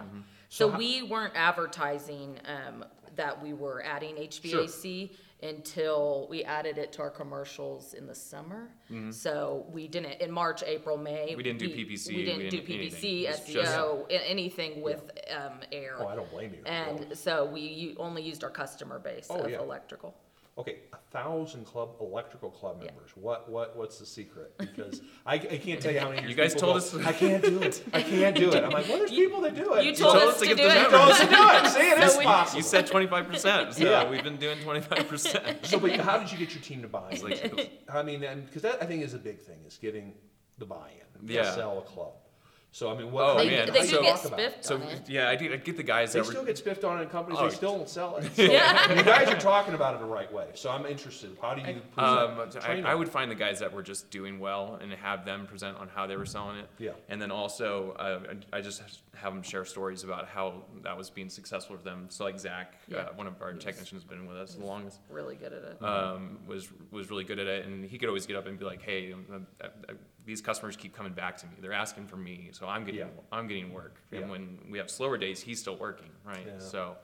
So So, how- we weren't advertising um, that we were adding HVAC until we added it to our commercials in the summer. So we didn't in March, April, May. Mm-hmm. We didn't do PPC, We didn't we do didn't anything. PPC, It was SEO, E a- anything with um, air. Oh, I don't blame you. And so we u- only used our customer base Oh, of yeah. electrical. Okay, a thousand club electrical club members. What what what's the secret? Because I, I can't tell you [LAUGHS] how many. years You guys people told go, us- I can't do it. I can't do it. I'm like, well, there's people that do it. [LAUGHS] You told, told us us to to, get do the it. numbers. us to do it. See, [LAUGHS] it is we- possible. You said twenty five percent, so Yeah. we've been doing twenty five [LAUGHS] percent. so, but how did you get your team to buy? in? I mean, because that I think is a big thing is getting the buy-in to Yeah. sell a club. So I mean, what? Oh, how They, do you- man. how they do do you So- get talk about it? spiffed So on it. yeah, I do. I get the guys They that were. still get spiffed on in companies. Oh. They still don't sell it. So you guys are talking about it the right way. So I'm interested. How do you? um, present- I, train I them? would find the guys that were just doing well and have them present on how they were selling it. Yeah. And then also, uh, I I just have them share stories about how that was being successful for them. So like Zach, Yeah. uh, one of our technicians, has been with us the longest. Really good at it. um, was was really good at it, and he could always get up and be like, "Hey, um, um, uh, uh, these customers keep coming back to me. They're asking for me, so I'm getting Yeah. I'm getting work. And Yeah. when we have slower days, he's still working, right? Yeah. So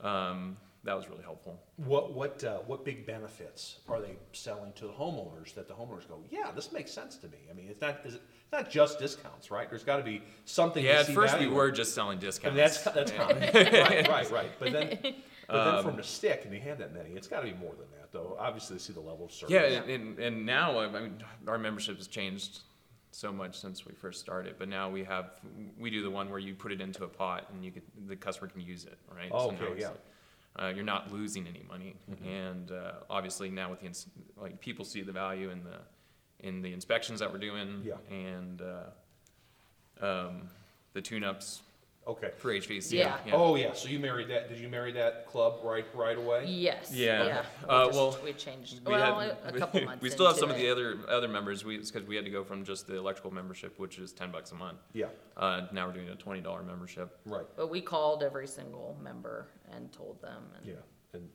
um, that was really helpful. What what uh, what big benefits are they selling to the homeowners that the homeowners go, yeah, this makes sense to me. I mean, it's not is it, it's not just discounts, right? There's got to be something. Yeah, they at see first we value in. were just selling I discounts. mean, that's that's common. [LAUGHS] right, right, right. But then, but then from the stick, and they had that many. It's got to be more than that, though. Obviously, they see the level of service. Yeah, and, and, and now I mean, our membership has changed so much since we first started. But now we have we do the one where you put it into a pot and you could, the customer can use it, right? Oh, now okay, it's yeah. Mm-hmm. like, uh, you're not losing any money, and uh, obviously now with the ins- like people see the value in the in the inspections that we're doing, Yeah. and uh, um, the tune-ups Okay. for HVAC. Yeah. Oh yeah. So you married that? Did you marry that club right right away? Yes. Yeah. Yeah. Uh, we just, well, we changed. We well, had- [LAUGHS] a couple months. We still have into some of it. the other other members. We because we had to go from just the electrical membership, which is ten bucks a month. Yeah. Uh, now we're doing a twenty dollar membership. Right. But we called every single member and told them and Yeah. And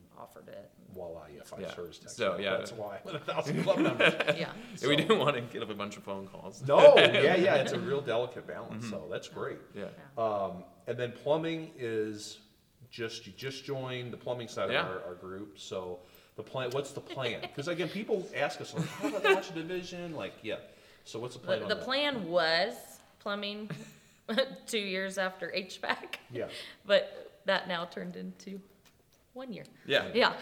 [LAUGHS] offered it. voila, yeah, five Yeah. service tax. So, yeah. that's why with a thousand club members. Yeah. Yeah, we didn't want to get up a bunch of phone calls. no, yeah, yeah. It's a real delicate balance. So that's great. Yeah. Um, and then plumbing is just you just joined the plumbing side Yeah. of our, our group. So the plan, what's the plan? [LAUGHS] Because again, people ask us like, how about the Watch division? Like, yeah. So what's the plan? The, on the that? plan was plumbing [LAUGHS] two years after [LAUGHS] HVAC. Yeah. But that now turned into one year. Yeah. Yeah.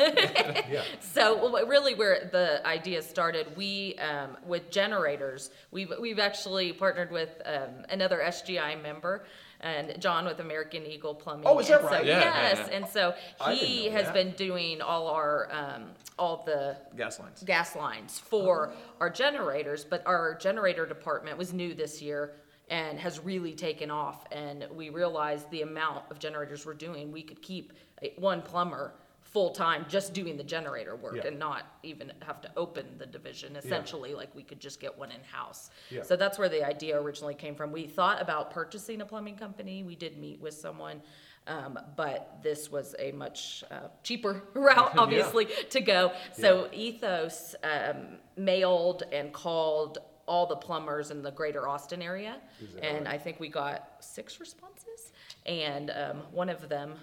Yeah. So well, really, where the idea started, we um, with generators, we've we've actually partnered with um, another SGI member, and John with American Eagle Plumbing. Oh, is that And right? So, Yeah, yeah, yes, yeah. and so I didn't he know has that. been doing all our um, all the Gas lines. gas lines for our generators, but our generator department was new this year and has really taken off. And we realized the amount of generators we're doing, we could keep a- one plumber full time just doing the generator work Yeah. and not even have to open the division essentially. Like we could just get one in house. Yeah. So that's where the idea originally came from. We thought about purchasing a plumbing company. We did meet with someone. Um, but this was a much uh, cheaper [LAUGHS] [LAUGHS] route, obviously, to go. So Ethos um, mailed and called all the plumbers in the greater Austin area, and I think we got six responses, and um, one of them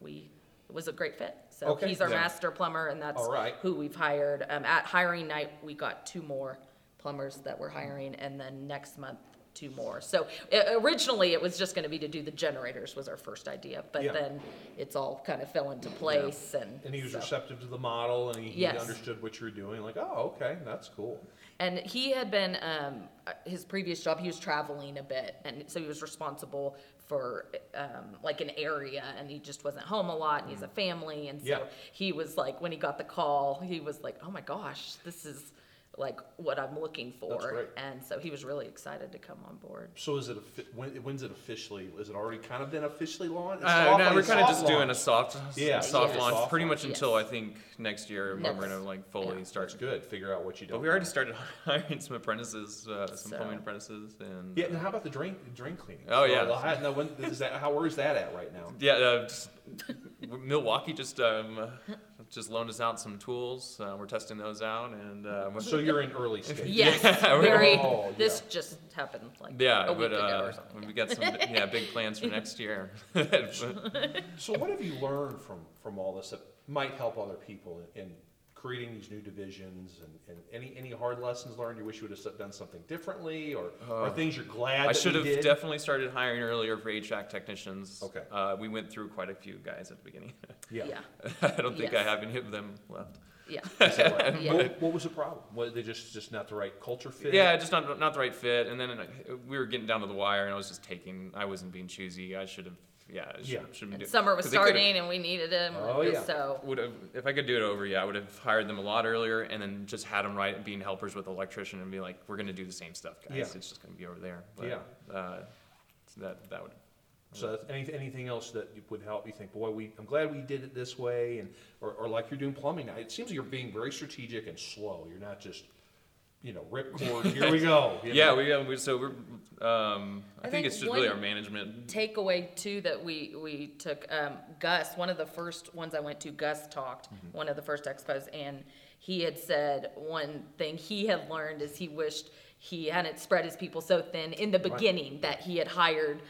we it was a great fit. So Okay. he's our Yeah. master plumber, and that's All right. who we've hired. Um, at hiring night, we got two more plumbers that we're hiring, and then next month. Two more. So i- originally, it was just going to be to do the generators was our first idea, but Yeah. then it's all kind of fell into place, and And he [LAUGHS] was so- receptive to the model, and he, he Yes. understood what you were doing. Like, oh, okay, that's cool. And he had been um, uh, his previous job. He was traveling a bit, and so he was responsible for um, like an area, and he just wasn't home a lot. And he's a family, and so Mm. Yeah. he was like, when he got the call, he was like, "Oh my gosh, this is like what I'm looking for." great. And so he was really excited to come on board. So is it offi- when, when's it officially? Is it already kind of been officially launched? It's Uh, soft- no, we're it's kind of soft just doing a launch. soft, Yeah, soft yeah. launch, Soft pretty launch. much until Yes. I think next year when we're Next. gonna like fully Yeah. start. That's good. Figure out what you do. But we already started [LAUGHS] hiring some apprentices, uh, some So- plumbing apprentices, and Yeah, uh, and how about the drain drain cleaning? Oh, yeah. Well, how- now, when, is that, how where is that at right now? Yeah, uh, just, Milwaukee just um, just loaned us out some tools. Uh, we're testing those out, and uh, we're- So you're in early stage. Yes, [LAUGHS] we're- very. Oh, yeah. This just happened like yeah, a week but ago uh, or something. we got some yeah big plans for next year. [LAUGHS] So what have you learned from from all this that might help other people in, in creating these new divisions and, and any any hard lessons learned you wish you would have done something differently or, or things you're glad Uh, I that should you have did? definitely started hiring earlier for HVAC technicians. Okay. uh, we went through quite a few guys at the beginning. [LAUGHS] yeah. yeah, I don't think I Yes. have any of them left. yeah. [LAUGHS] Is that [LAUGHS] right? Yeah. What, what was the problem? Was they just just not the right culture fit? Yeah, just not not the right fit. And then uh, we were getting down to the wire, and I was just taking. I wasn't being choosy. I should have. Yeah, I should, Yeah. should And summer was starting, and we needed him. Oh, yeah. So would have if I could do it over, yeah, I would have hired them a lot earlier and then just had them right being helpers with electrician and be like, we're gonna do the same stuff, guys. Yeah. It's just gonna be over there. But, Yeah. Uh, that that would. So that's any, anything else that you- would help you think, boy, we I'm glad we did it this way, and or, or like you're doing plumbing now. It seems like you're being very strategic and slow. You're not just you know, [LAUGHS] ripcord, here we go. you Yeah, know. we, uh, we so we're. Um, I, think, think it's just really one- our [LAUGHS] management. takeaway too that we we took um, Gus. One of the first ones I went to, Gus talked. Mm-hmm. One of the first expos, and he had said one thing he had learned is he wished he hadn't spread his people so thin in the beginning that he had hired,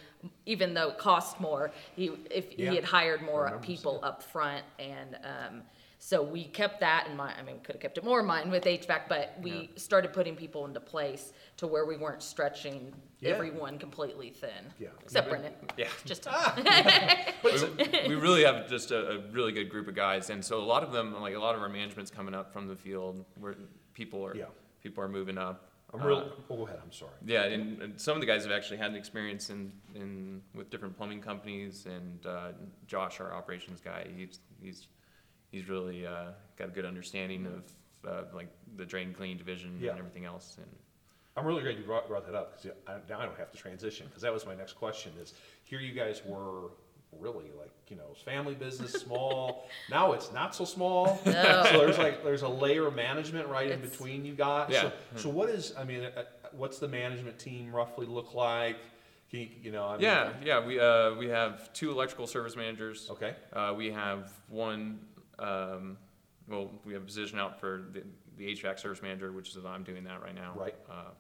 even though it cost more. He if Yeah. he had hired I more remember people seeing up front and. Um, so we kept that in mind. I mean, we could have kept it more in mind with HVAC, but we started putting people into place to where we weren't stretching Yeah. everyone completely thin. Yeah. Except Brendan. Yeah. [LAUGHS] Just we, we really have just a, a really good group of guys, and so a lot of them, like a lot of our management's coming up from the field where people are Yeah. people are moving up. I'm Uh, real. Oh, go ahead. I'm sorry. yeah, and, and some of the guys have actually had an experience in, in with different plumbing companies, and uh, Josh, our operations guy, he's he's he's really uh, got a good understanding of uh, like the drain cleaning division Yeah. and everything else, and I'm really glad you brought, brought that up because I, now I don't have to transition because that was my next question. Is here you guys were really like you know it's family business small. now it's not so small. So there's like there's a layer of management right in It's- between you guys. Yeah. Hmm. So, so what is I mean uh, uh, what's the management team roughly look like? Can you, you know I mean, Yeah, yeah. We uh, we have two electrical service managers. Okay. Uh, we have one. Um, well, we have a position out for the, the HVAC service manager, which is I'm doing that right now. Right. Uh,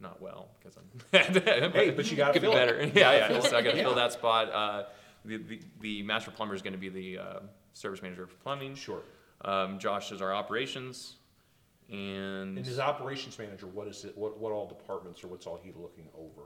not well because I'm. [LAUGHS] Hey, but you gotta could be fill it. better. [LAUGHS] yeah, yeah. So I got to fill that spot. Uh, the, the the master plumber is going to be the uh, service manager for plumbing. Sure. Um, Josh is our operations, and And his operations manager, what is it? What what all departments or what's all he looking over?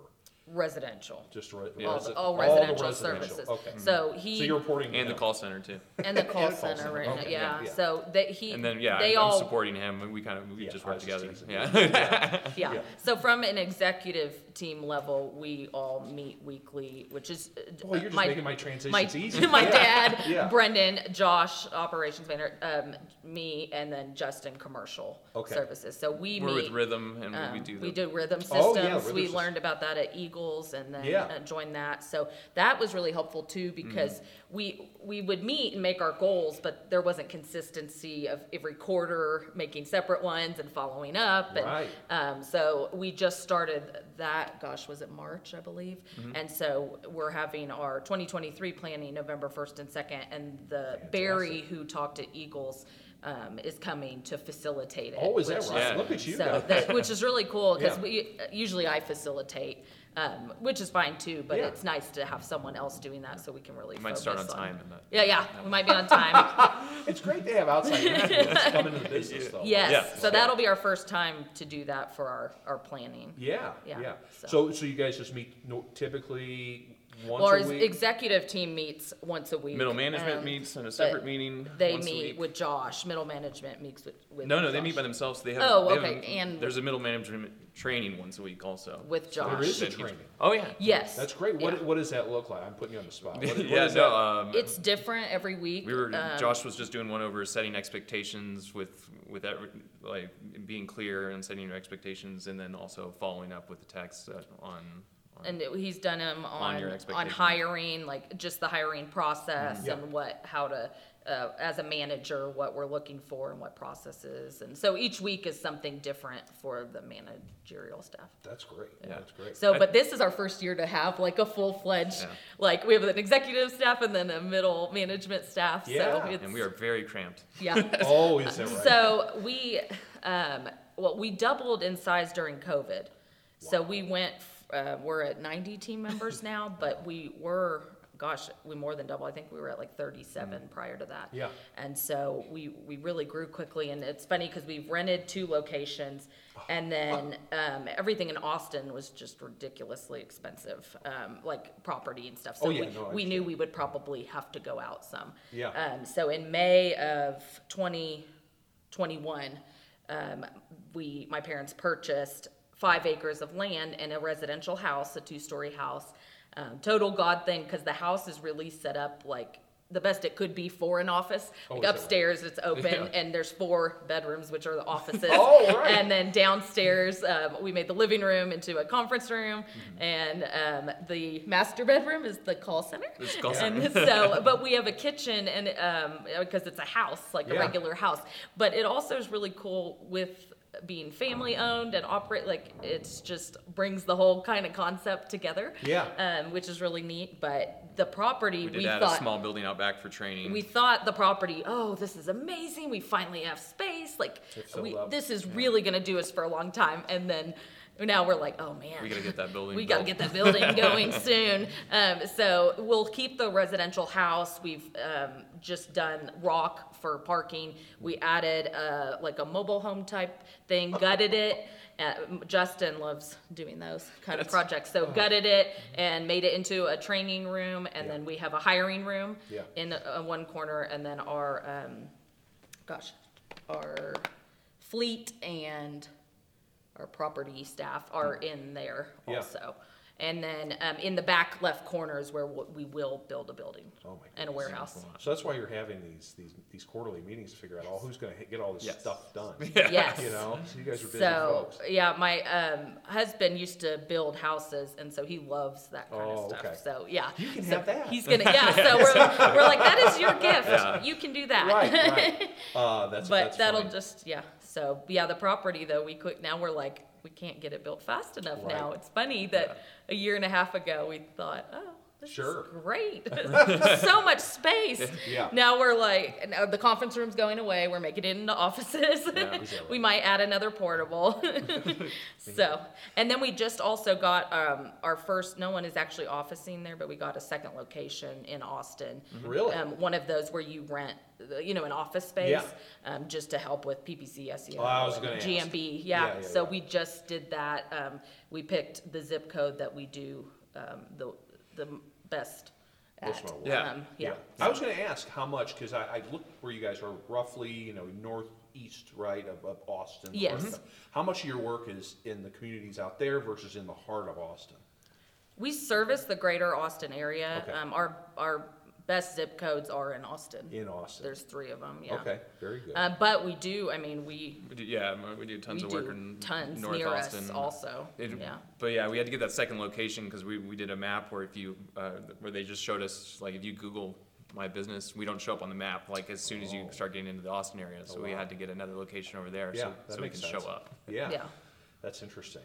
residential. Ah. Just re- Yeah. All, resi- the- all all the residential residential. services. Okay. Mm-hmm. Hmm. So So he you're reporting to and the him. call center too. [LAUGHS] and the call and the call center, center. right now, Okay, yeah. yeah, yeah. So that he And then yeah, they I'm all supporting him, and we kind of we Yeah, just I work was just together. teasing. Yeah. [LAUGHS] yeah. Yeah. So from an executive team level, we all meet weekly, which is uh, Boy, you're just my, making my transitions my, easy. [LAUGHS] my Yeah. dad, [LAUGHS] Yeah. Brendan, Josh, operations manager, um, me, and then Justin, commercial Okay. services. So we We're meet. with Rhythm, and Um, we do. The, we did rhythm systems. Oh, yeah, rhythm we systems. learned about that at Eagles, and then Yeah. Mm-hmm. uh, joined that. So that was really helpful too because we we would meet and make our goals, but there wasn't consistency of every quarter making separate ones and following up. And, Right. um, so we just started that. Gosh, was it March, I believe? Mm-hmm. And so we're having our 2023 planning November 1st and 2nd, and the Barry who talked at Eagles. Um, is coming to facilitate it. Oh, is that which right? Yeah. Look at you so guys. that, which is really cool because Yeah. we usually I facilitate, um, which is fine too. But Yeah. it's nice to have someone else doing that so we can really. We might start on focus time. And that, Yeah, yeah, we might be on time. [LAUGHS] It's great to have [LAUGHS] outside influence come into the business, though. yes, Yeah. so that'll be our first time to do that for our our planning. Yeah, Yeah, yeah. so- So, so you guys just meet no- typically once Well, our a week? executive team meets once a week. Middle management um, meets in a but separate meeting. They once a meet week. with Josh. Middle management meets with. with No, no, they Josh. meet by themselves. They have. Oh, they have a- okay, and- there's a middle management training once a week also. With Josh. there is a That he- training. Oh yeah. Yes. That's great. What, yeah. what does that look like? I'm putting you on the spot. What, what [LAUGHS] yeah. is No. that? Um, It's different every week. we were. um, Josh was just doing one over setting expectations with with every, like being clear and setting your expectations, and then also following up with the text uh, on. on and it- he's done them on your on, expectations. hiring, like just the hiring process Yeah. and what how to uh, as a manager what we're looking for and what processes, and so each week is something different for the managerial staff. That's great. That's great. So, but this is our first year to have like a full fledged, Yeah. like we have an executive staff and then a middle management staff. Yeah. So it's, and we are very cramped. [LAUGHS] yeah. [LAUGHS] oh, is that right? So we, um, well, we doubled in size during COVID. So we went, uh, we're at 90 [LAUGHS] team members now, but we were, gosh, we more than double. I think we were at like 37 prior to that. Mm. Yeah. And so we, we really grew quickly. And it's funny because we've rented two locations. Oh. And then um, everything in Austin was just ridiculously expensive, um, like property and stuff. So Oh, yeah, we, no, I we knew we would probably have to go out some. Yeah. Um, so in May of 2021, um, we my parents purchased five acres of land and a residential house, a two-story house. Um, total God thing because the house is really set up like the best it could be for an office. Like is that right? upstairs, it's open, [LAUGHS] and there's four bedrooms, which are the offices. Oh, right. And then downstairs, um, we made the living room into a conference room, Mm-hmm. and um, the master bedroom is the call center. It's call And [LAUGHS] so, but we have a kitchen and um, because it's a house, like a Yeah. regular house. But it also is really cool with uh, being family owned and operate like it's just brings the whole kind of concept together. Yeah. Um, which is really neat. But the property We we, did add thought a small building out back for training. we thought the property, oh, this is amazing. We finally have space. Like, It's so we, lovely. this is really going to do us for a long time. And then now we're like, oh man. We gotta get that building We got to get built. [LAUGHS] that building going soon. Um, so we'll keep the residential house. We've um, just done rock for parking. We added uh, like a mobile home type thing, gutted it. Uh, Justin loves doing those kind of projects. So gutted it and made it into a training room. And Uh-huh. Yeah. then we have a hiring room Yeah. in uh, one corner, and then our, um, gosh, our fleet and our property staff are in there Hmm. Yeah. also. And then um, in the back left corner is where w- we will build a building Oh my and a goodness. warehouse. So that's why you're having these these these quarterly meetings to figure out all who's going to get all this Yes. stuff [LAUGHS] done. Yes. You know, so you guys are busy So folks. yeah, my um, husband used to build houses, and so he loves that kind Oh, of stuff. okay. So yeah, You can So have that. He's gonna [LAUGHS] yeah. So we're, we're like that is your gift. You can do that. Right, [LAUGHS] right. Uh, that's but that's that'll funny. just yeah so yeah the property though we could now we're like we can't get it built fast enough now Right. it's funny that a year and a half ago we thought oh this Sure. [LAUGHS] is great [LAUGHS] so much space Yeah. now we're like now the conference room's going away we're making it into offices [LAUGHS] we might add [LAUGHS] another portable [LAUGHS] so and then we just also got um, our first no one is actually officing there but we got a second location in austin Really? um, one of those where you rent, the- you know, an office space, Yeah. um, just to help with PPC, SEO, Oh, I was E and gonna ask. GMB. Yeah, Yeah. yeah, so yeah. we just did that. Um, we picked the zip code that we do um, the the best at. Most of my work. Yeah. Um, yeah. I was going to ask how much because I, I looked where you guys are roughly, you know, northeast, right, of, of Austin. Yes. Oregon. How much of your work is in the communities out there versus in the heart of Austin? We service the greater Austin area. Okay. Um, our our best zip codes are in Austin. In Austin. There's three of them. Yeah. Okay. Very good. Uh, but we do. I mean, we We do, yeah, we do tons we of work do in tons North near Austin. us also. It- yeah. But yeah, we had to get that second location because we, we did a map where if you uh, where they just showed us like if you Google my business, we don't show up on the map like as soon as you start getting into the Austin area. So we had to get another location over there Oh. yeah. so, that so we makes can sense. show up. Mm-hmm. Yeah. Yeah. That's interesting.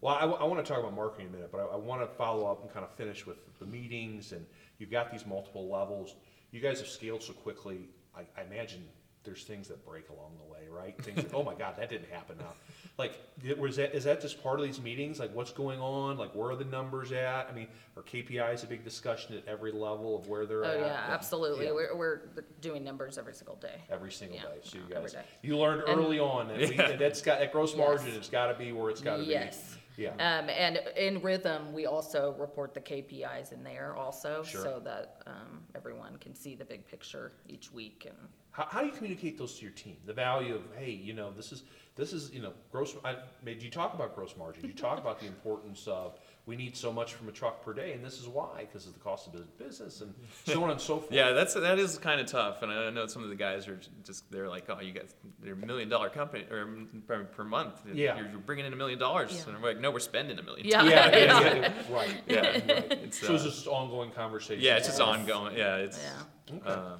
Well, I, want to talk about marketing in a minute, but I, I want to follow up and kind of finish with the meetings and you've got these multiple levels. You guys have scaled so quickly. I, I imagine there's things that break along the way, [LAUGHS] right? Things like, oh my God, that didn't happen now. Like, it- was that, is that just part of these meetings? Like, what's going on? Like, where are the numbers at? I mean, are KPIs a big discussion at every level of where they're Oh at? yeah, absolutely. Yeah. We're, we're doing numbers every single day. Every single Yeah, day. So you every guys, day. you learned And- early on that, [LAUGHS] we, that that's got, that gross Yes. margin has got to be where it's got to Yes. be. Yeah. Um, and in Rhythm, we also report the KPIs in there also, Sure. so that, um, everyone can see the big picture each week and. How, how do you communicate those to your team? The value of hey, you know, this is this is you know, gross. I made you talk about gross margin. You talk about [LAUGHS] the importance of we need so much from a truck per day, and this is why because of the cost of the business [LAUGHS] and so on and so forth. Yeah, that's that is kind of tough, and I know some of the guys are just they're like, oh, you guys, they're a million dollar company or mm, per, per month. Yeah. you're, you're bringing in a million dollars, Yeah. and we're like, no, we're spending a million. Yeah. yeah, yeah, [LAUGHS] [LAUGHS] yeah, right. yeah, right. It's, So it's uh, just ongoing conversation. yeah, it's just ongoing. Yeah, it's. Yeah. Okay. Uh,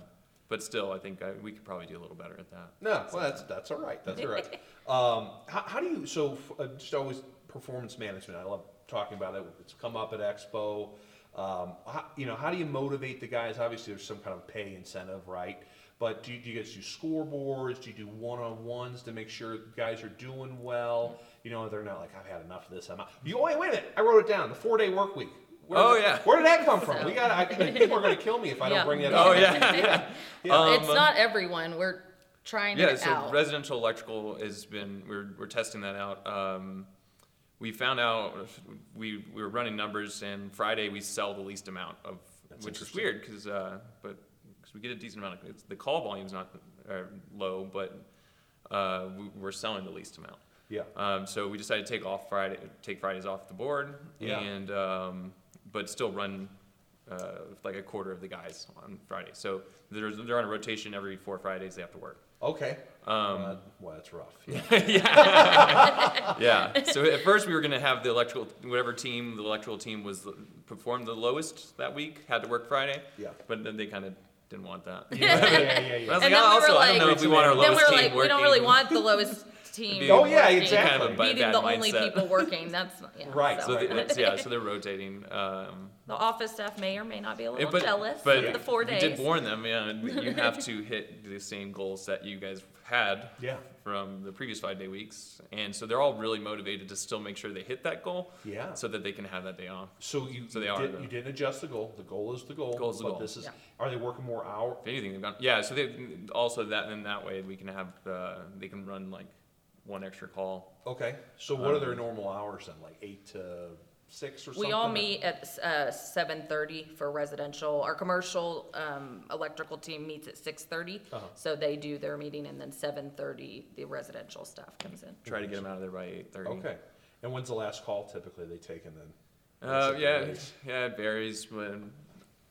but still, I think I, we could probably do a little better at that. No, well, that's that's all right. That's all right. Um, how, how do you so f- uh, just always performance management? I love talking about it. It's come up at Expo. Um, how, you know, how do you motivate the guys? Obviously, there's some kind of pay incentive, right? But do, you- do you guys do scoreboards? Do you do one-on-ones to make sure guys are doing well? You know, they're not like I've had enough of this. I'm out. You oh, wait, wait a minute. I wrote it down. The four-day work week. Where Oh, did- yeah. Where did that come from? We got. I, people are going to kill me if I Yeah. don't bring that Oh up. yeah. Um, It's not everyone, we're trying Yeah, it so out. residential electrical has been we're, we're testing that out. Um, we found out we, we were running numbers, and Friday we sell the least amount of, which is weird because uh, but because we get a decent amount of it's, the call volume's not uh, low, but uh, we, we're selling the least amount. Yeah. Um, so we decided to take off Friday, take Fridays off the board, Yeah. and um, but still run uh, like a quarter of the guys on Friday. So there's, they're on a rotation every four Fridays they have to work. Okay. Um, well, that's rough. Yeah. [LAUGHS] yeah. So at first we were gonna have the electrical, whatever team the electrical team was performed the lowest that week had to work Friday. Yeah. But then they kind of didn't want that. [LAUGHS] [LAUGHS] yeah, yeah, yeah, yeah. I was And like, then we were "Oh, also, I don't like- know if we want our Then lowest we're team like, working. [LAUGHS] we don't really want the lowest team. Being- Oh, yeah, working, exactly. [LAUGHS] Kind of a bad- beating bad the only mindset. people working. That's yeah, Right, so So we're the, not- it's- yeah, so they're rotating. Um, the office staff may or may not be a little but jealous. but of the four we days. did warn [LAUGHS] them. Yeah, and you have to hit the same goals that you guys had. Yeah. From the previous five day weeks, and so they're all really motivated to still make sure they hit that goal. Yeah. So that they can have that day off. So you, So they you, are, did, though. you didn't adjust the goal. The goal is the goal. Goal is the but goal. This is. Yeah. Are they working more hour? If anything, they've gone. Yeah. So they also that and that way we can have uh, they can run like one extra call. Okay. So what are their normal hours then? Like eight to six or something? We all or- meet at uh, seven thirty for residential. Our commercial um, electrical team meets at six Uh-huh. so they do their meeting, and then seven thirty the residential staff comes in. Try to get them out of there by eight thirty. Okay. And when's the last call typically they take? And then. Uh, What's it yeah, varies? yeah, it varies when.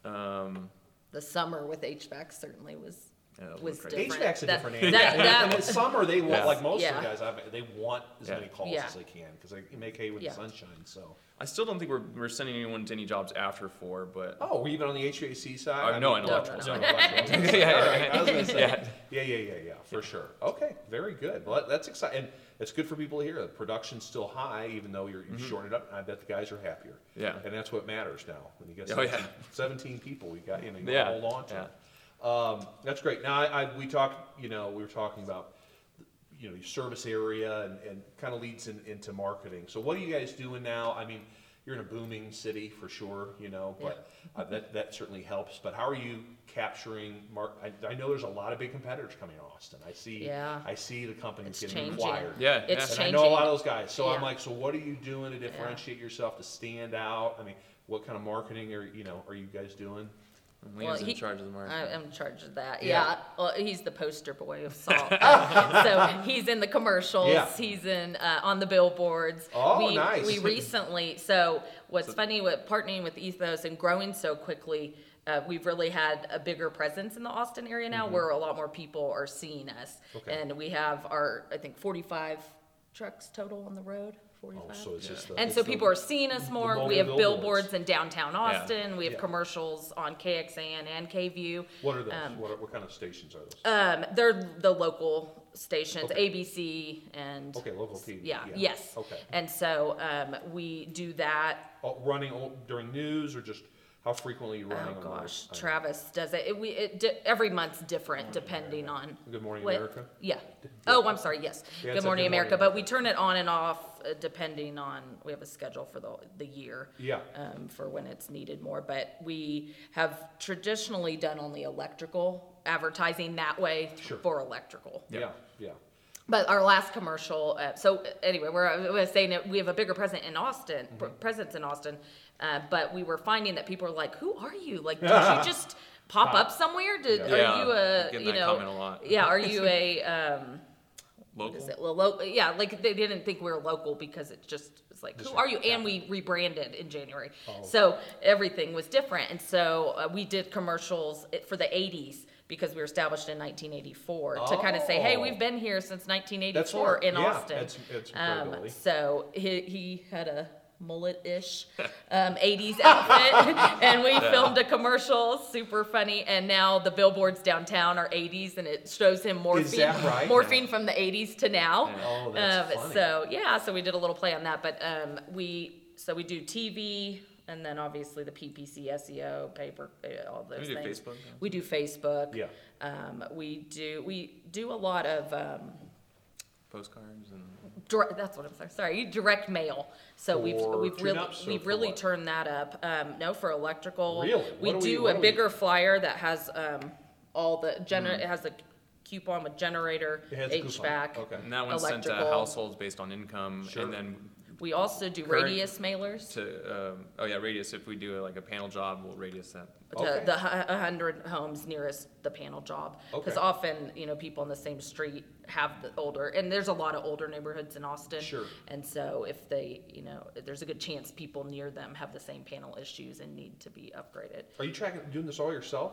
Um, The summer with HVAC certainly was Yeah, that was was crazy. different. HVAC's a That- different animal. that- that- and in summer they want, Yeah. like most of Yeah. the guys, I've, they want as Yeah. many calls Yeah. as they can because they make hay with Yeah. the sunshine. So. I still don't think we're, we're sending anyone to any jobs after four, but Oh, we even on the HVAC side? Uh, I no, mean- in No, electrical. no, No, sorry. [LAUGHS] no, no, no, no. Yeah, All yeah, right, I was gonna say. yeah. Yeah, yeah, yeah, yeah, for sure. Okay, very good. Well, that- that's exciting. And it's good for people to hear. The production's still high, even though you're, you've shortened up. I bet the guys are happier. Mm-hmm. Yeah. And that's what matters now. When you get Oh, yeah. 17, 17 people, we got, you know, you Yeah, hold on to it. Um, that's great. Now, I, I, we talked, you know, we were talking about, you know, your service area and, and kind of leads in, into marketing. So what are you guys doing now? I mean, you're in a booming city for sure, you know, but uh, that, that certainly helps. But how are you capturing mark? I, I know there's a lot of big competitors coming to Austin. I see, Yeah. I see the companies It's getting changing. acquired. Yeah, yeah. it's And changing. I know a lot of those guys. So I'm Yeah. like, so what are you doing to differentiate yourself to stand out? I mean, what kind of marketing are, you know, are you guys doing? Leah's in he- charge of the I market. am in charge of that. Yeah. Yeah. Well, he's the poster boy of [LAUGHS] salt. so he's in the commercials. Yeah. He's in uh, on the billboards. Oh, we, nice. [LAUGHS] We recently. So what's funny with partnering with Ethos and growing so quickly. Uh, we've really had a bigger presence in the Austin area now, where a lot more people are seeing us, Mm-hmm. Okay. and we have our I think 45 trucks total on the road. 45. Oh, so it's just the, And it's so the- people are seeing us more. We have mobile billboards. billboards in downtown Austin. We have Yeah. commercials on KXAN and KView. What are those? Um, what, are, what kind of stations are those? Um, they're the local stations, Okay. ABC and. Okay, local TV, Yeah, yeah. yes. Okay. And so, um, we do that Oh, running o- during news or just how frequently you're running? Oh on gosh, those? I know. Travis does it. it we it di- every month's different depending on. Good Morning what- America? Yeah. Oh, I'm sorry. Yes. Yeah, it's a Good Morning Good Morning America, but we America. turn it on and off uh, depending on we have a schedule for the the year. Yeah. Um, for when it's needed more, but we have traditionally done only electrical advertising that way Sure. for electrical. Yeah, yeah. But our last commercial. Uh, so uh, anyway, we're I was saying that we have a bigger presence in Austin, pr- presence in Austin, uh, but we were finding that people are like, "Who are you? Like, did you just pop up somewhere? Did Yeah, are I'm you a getting you that know? comment a lot. Yeah, [LAUGHS] are you a um, Local. is it lo- lo- yeah? Like they didn't think we were local because it just it's like, who are you? And we rebranded in January, Oh. so everything was different. And so uh, we did commercials it- for the '80s. Because we were established in 1984 to kind of say, "Hey, Oh. we've been here since 1984." That's 84 smart. in Yeah, Austin. that's- that's Um, credibility. so he, he had a [LAUGHS] mullet-ish um, 80s outfit and we filmed a commercial super funny and now the billboards downtown are 80s and it shows him morphine that right? morphine from the 80s to now Oh, that's um, funny. so yeah so we did a little play on that but um, we so we do tv and then obviously the PPC SEO E paper uh, all those do things Facebook, yeah. we do Facebook Yeah. um, we do we do a lot of um, Postcards and direct, that's what I'm saying. Sorry, direct mail. So we've For we've really tune-ups or we've for really what? turned that up. Um, no, for electrical, Really? we What do we- do what do we- a Mm-hmm. bigger flyer that has um, all the gener. It has a coupon with generator, It has a coupon. HVAC. Okay. and that one's sent to Electrical. households based on income, Sure. and then We also do Current- radius mailers to, to um, oh yeah, radius. If we do like a panel job, we'll radius that. Okay. the hu- hundred homes nearest the panel job because Okay. often you know people in the same street have the older and there's a lot of older neighborhoods in Austin. Sure. And so if they, you know, there's a good chance people near them have the same panel issues and need to be upgraded. Are you tracking, doing this all yourself?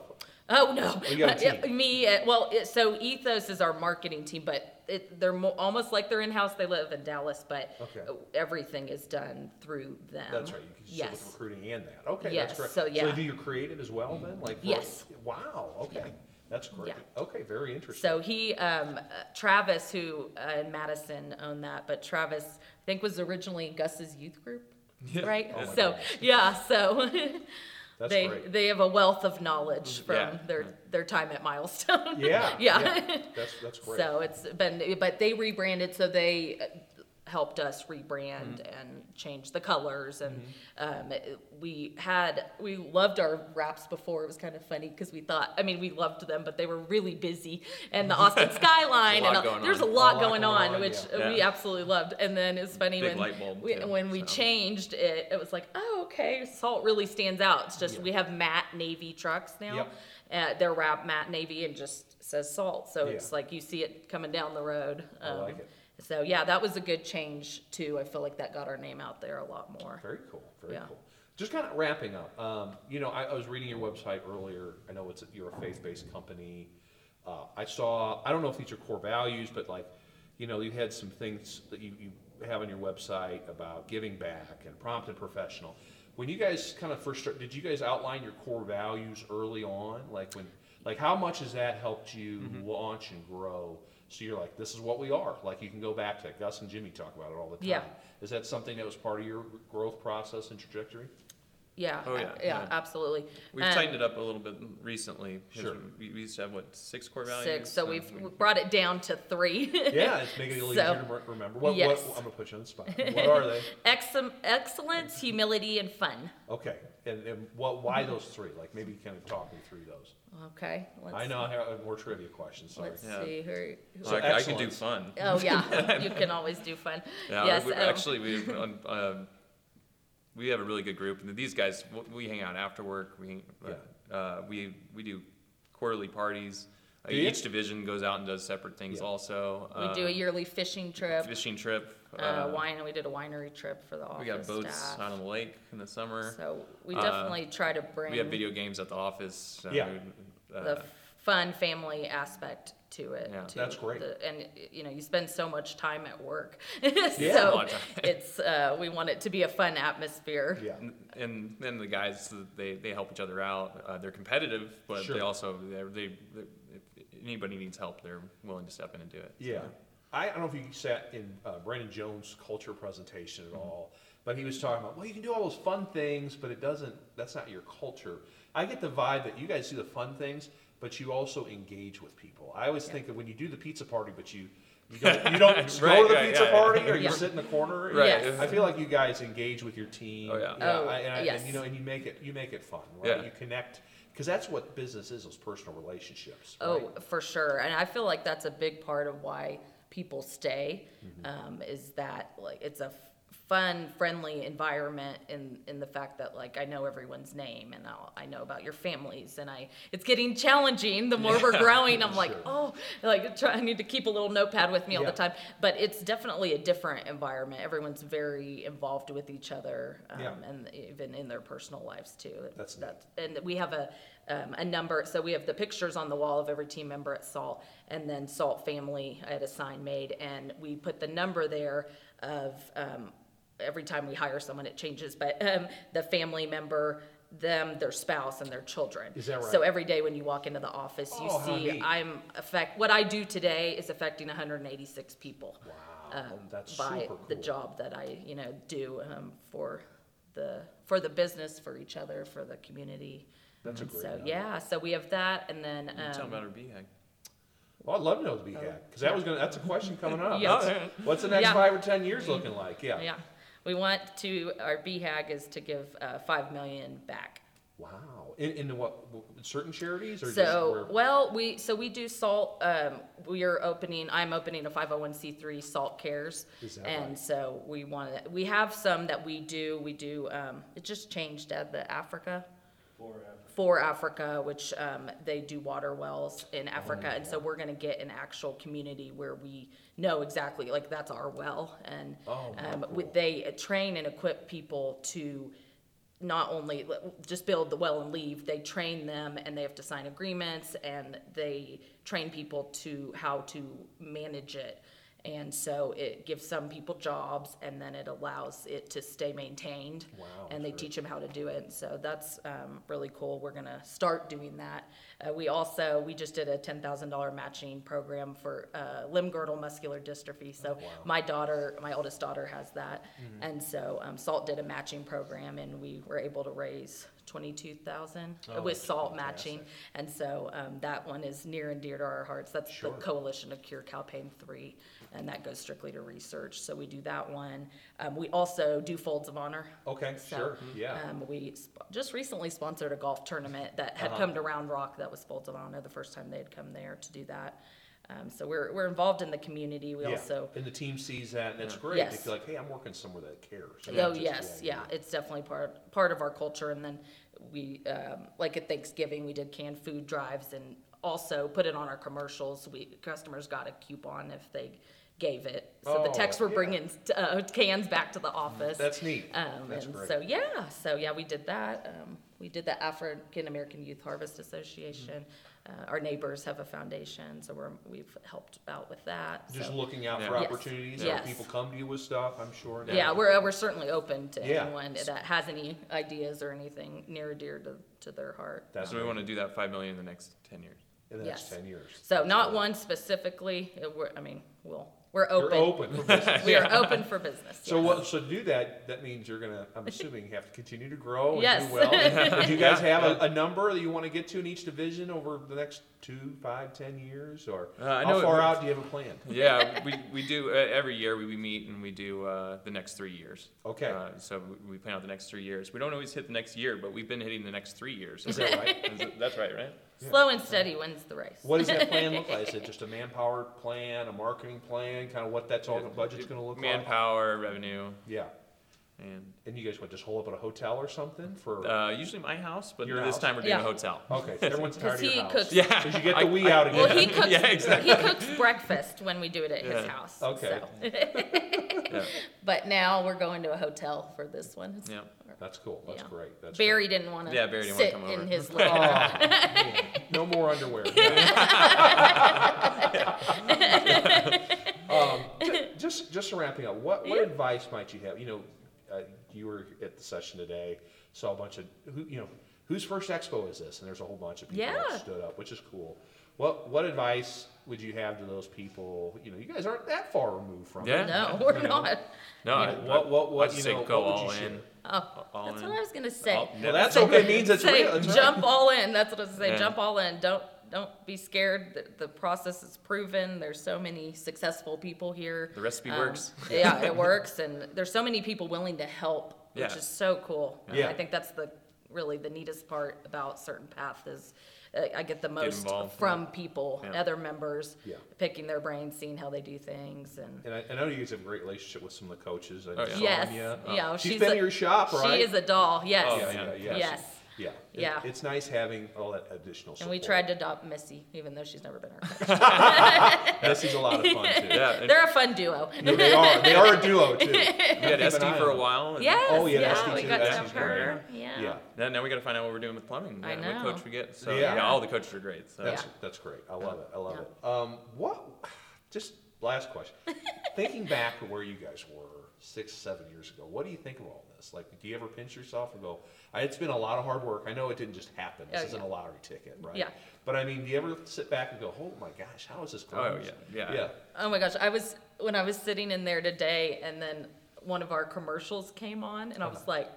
Oh no, you got a [LAUGHS] Yeah, team. me. uh, Well, it, so Ethos is our marketing team, but it, they're mo- almost like they're in house. They live in Dallas, but Okay. everything is done through them. That's right. You can still Um, yes. with recruiting and that. Okay, Yes, that's correct. so yeah. do you create it as well then? Like for- Yes. Wow. Okay. That's great. Yeah. Okay, very interesting. So he, um, uh, Travis, who uh, in Madison owned that, but Travis, I think, was originally Gus's youth [LAUGHS] group, right? Oh my so goodness. yeah, so [LAUGHS] That's they great. Mm-hmm. they have a wealth of knowledge from Yeah. their their time at Milestone. yeah, [LAUGHS] yeah. That's that's great. So it's been, but they rebranded, so they uh, helped us rebrand Mm-hmm. and change the colors, and um, it- we had we loved our wraps before. It was kind of funny because we thought, I mean, we loved them, but they were really busy, and the [LAUGHS] Austin skyline, lot and going there's on. a lot going on, which yeah. we Yeah. absolutely loved. And then it's funny Big when light bulb, we, too, when we so. changed it, it was like, oh, okay, salt really stands out. It's just we have matte navy trucks now. Yep. Uh, they're wrapped matte navy and just says salt. So Yeah. it's like you see it coming down the road. um, I like it. So yeah, that was a good change too. I feel like that got our name out there a lot more. Very cool. Very Yeah. cool. Just kind of wrapping up. Um, you know, I, I was reading your website earlier. I know it's you're a faith-based company. Uh, I saw. I don't know if these are core values, but like, you know, you had some things that you, you have on your website about giving back and prompt and professional. When you guys kind of first start, did you guys outline your core values early on? Like when, like how much has that helped you launch and grow? So you're like, this is what we are. Like you can go back to it. Gus and Jimmy talk about it all the time. Yeah. Is that something that was part of your growth process and trajectory? Yeah. Oh, yeah, uh, yeah. absolutely. We've Um, tightened it up a little bit recently. 'cause Sure. We, we used to have what six core values. six. So and we've we- brought it down to three. Yeah, it's making it a little [LAUGHS] So- easier to re- remember. What, Yes. what, I'm gonna put you on the [LAUGHS] spot. What are they? Excellent, excellence, humility, and fun. Okay, and, and what? Why those three? Like maybe you kind of talk me through those. Okay. Let's, I know I have more trivia questions. Sorry. Let's Yeah. see. Who, who So I, I can do excellence. fun. Oh [LAUGHS] yeah, you can always do fun. Yeah, yes, we, um, actually, we um, um, we have a really good group. And These guys, w- we hang out after work. We uh, uh, we we do quarterly parties. Uh, Do you? each division goes out and does separate things. Yeah. Also, uh, we do a yearly fishing trip. fishing trip. uh, wine. We did a winery trip for the office we got boats staff. out on the lake in the summer. So we Uh, definitely try to bring we have video games at the office. uh, Yeah. uh, the fun family aspect to it. Yeah. to That's great. The, and you know, you spend so much time at work, [LAUGHS] a so lot of time. it's uh, we want it to be a fun atmosphere. Yeah. and then the guys they, they help each other out. Uh, they're competitive, but Sure. they also they're, they they if anybody needs help, they're willing to step in and do it. Yeah. I, I don't know if you sat in uh, Brandon Jones' culture presentation Mm-hmm. at all, but he was talking about, well, you can do all those fun things, but it doesn't, that's not your culture. I get the vibe that you guys do the fun things, but you also engage with people. I always think that when you do the pizza party, but you, you don't, you [LAUGHS] don't go Right, to the yeah, pizza yeah, yeah. party or you Yeah. sit in the corner. Right. Yes. I feel like you guys engage with your team. Oh, yeah. Oh, I- and, I- yes. and, you know, and you make it, you make it fun, right? Yeah. You connect, because that's what business is, those personal relationships. Oh, right? for sure. And I feel like that's a big part of why people stay Mm-hmm. um, is that like it's a f- fun, friendly environment in in the fact that like I know everyone's name and I'll, I know about your families and I it's getting challenging the more we're growing. I'm like oh like try, I need to keep a little notepad with me all Yeah. the time. But it's definitely a different environment. Everyone's very involved with each other um, Yeah. and even in their personal lives too. That's neat. that's and we have a um, a number. So we have the pictures on the wall of every team member at Salt, and then Salt family. I had a sign made, and we put the number there of um, every time we hire someone, it changes, but um, the family member. Them, their spouse, and their children. Is that right? So every day when you walk into the office, you Oh, how see neat. I'm affect. What I do today is affecting 186 people um, Wow, that's by super the cool. job that I, you know, do um, for the for the business, for each other, for the community. That's a And great So number. yeah, so we have that, and then You Tell um, them about our BHAG. Well, Oh, I'd love to know the BHAG because that was gonna. That's a [LAUGHS] question coming up. Oh. Yeah. That's- What's the next Yeah. five or ten years looking like? Yeah. yeah, we want to our BHAG is to give uh, five million back. Wow. In, in what w- certain charities or just So where, well, we so we do salt. Um, we are opening. I'm opening a 501c3 Salt Cares, Is that and right? so we want to. We have some that we do. We do. Um, it just changed at the Africa. For Africa, which um, they do water wells in Oh, Africa, and so we're going to get an actual community where we know exactly like that's our well, and Oh, how um, we- cool. they uh, train and equip people to not only l- just build the well and leave, they train them and they have to sign agreements and they train people to how to manage it. And so it gives some people jobs and then it allows it to stay maintained. Wow, and they teach them how to do it. So that's um, really cool. We're going to start doing that. Uh, we also we just did a ten thousand dollar matching program for uh, limb girdle muscular dystrophy. So my daughter, my oldest daughter, has that, and so um, Salt did a matching program, and we were able to raise twenty two thousand Oh, with that's Salt fantastic. matching, and so um, that one is near and dear to our hearts. That's Sure. the Coalition of Cure Calpain three, and that goes strictly to research. So we do that one. Um, we also do folds of honor. Okay, So, Oh, sure, yeah. Um, we sp- just recently sponsored a golf tournament that Uh-huh. had come to Round Rock. That was Folds of Honor the first time they had come there to do that. Um, so we're, we're involved in the community. We Yeah. also, and the team sees that, and it's great. They Yes. feel like, hey, I'm working somewhere that cares. oh Not just, yes, yeah, it's definitely part part of our culture. And then we, um, like at Thanksgiving, we did canned food drives and also put it on our commercials. We customers got a coupon if they gave it. So the Oh, techs were yeah. bringing uh, cans back to the office. That's neat. Um, That's and great. so yeah, so yeah, we did that. Um, we did the African American Youth Harvest Association. Mm-hmm. Uh, our neighbors have a foundation, so we're, we've helped out with that. Just so. looking out for Yeah. Yes. opportunities. Yeah. Or people come to you with stuff, I'm sure. and yeah, everything. we're uh, we're certainly open to Yeah. anyone that has any ideas or anything near or dear to, to their heart. That's So we great. want to do that five million in the next ten [LAUGHS] years. in the next Yes. 10 years. So not one specifically. It, we're, I mean, we'll we're You're open. open for [LAUGHS] business. We are open [LAUGHS] for business. So, yes. what, so to do that, that means you're gonna. I'm assuming you have to continue to grow and Yes. do [LAUGHS] well. do you guys have a, a number that you want to get to in each division over the next two, five, ten years, or Uh, I how know- far out do you have a plan? yeah, we, we do uh, every year. We, we meet and we do uh, the next three years. Okay. Uh, so we- we plan out the next three years. We don't always hit the next year, but we've been hitting the next three years. Is that right? Is it- [LAUGHS] that's right, right? slow and steady wins the race. What does that plan look like? Is it just a manpower plan, a marketing plan, kind of what that's all the budget's going to look like? Manpower, revenue, Yeah, and and you guys would just hole up at a hotel or something for? uh, usually my house, but Your this house? time we're doing a Yeah. hotel. okay, so [LAUGHS] everyone's tired of Because your he house. cooks. [LAUGHS] Yeah. Did you get the I- we out again? [LAUGHS] Well, he cooks. [LAUGHS] Yeah, exactly. He cooks breakfast when we do it at his Yeah. house. Okay. So. [LAUGHS] [LAUGHS] But now we're going to a hotel for this one. It's- Yeah. That's cool. That's yeah. great. That's Barry didn't want to Yeah, Barry didn't wanna sit come in over. his [LAUGHS] living room. Great. No more [LAUGHS] underwear. [LAUGHS] um, ju- just just wrapping up, what what advice might you have? You know, uh, you were at the session today, saw a bunch of who you know whose first expo is this, and there's a whole bunch of people Yeah. that stood up, which is cool. What what advice would you have to those people? You know, you guys aren't that far removed from Yeah. it. [LAUGHS] No, we're not. No, I, You know, what what I what just you say know? go what would all you in. share? Oh, All that's in. Oh, what I was gonna say. All- Well, that's okay. It means it's say real. It's jump all in. That's what I was saying. Yeah. Jump all in. Don't don't be scared. The, the process is proven. There's so many successful people here. Um, The recipe works. [LAUGHS] yeah, it works, and there's so many people willing to help, which Yeah. is so cool. Yeah. I think that's the really the neatest part about certain path is uh, I get the most involved, from people, Yeah. other members, Yeah. picking their brains, seeing how they do things, and And I, I know you guys have a great relationship with some of the coaches. I Oh, just yeah. saw Yes. them, Yeah. well, Oh. She's she's been a- to your shop, right? She is a doll. Yes. Oh, Yeah, yeah. yeah, yeah. Yes. Yeah. It- Yeah. It's nice having all that additional And support. we tried to adopt Missy, even though she's never been our coach. This is a lot of [LAUGHS] fun, too. Yeah, and They're a fun duo. No, they are. They are a duo, too. we had Keep an eye Esty for on a it. while. and- Yes. Oh, yeah, that's yeah, we teaching- got that's to teaching her. right Yeah. Yeah. Now, now we got to find out what we're doing with plumbing. I Yeah, know. What coach we get. So Yeah. yeah, all the coaches are great. So That's, Yeah. that's great. I love it. I love it. Um, what, just last [LAUGHS] question. Thinking back to where you guys were six, seven years ago, what do you think of all this? Like, do you ever pinch yourself and go, "I- it's been a lot of hard work. I know it didn't just happen. This Oh, isn't yeah. a lottery ticket, right? Yeah. But I mean, do you ever sit back and go, oh my gosh, how is this going? yeah. Yeah. Yeah. Oh my gosh, I was when I was sitting in there today, and then one of our commercials came on, and I was like,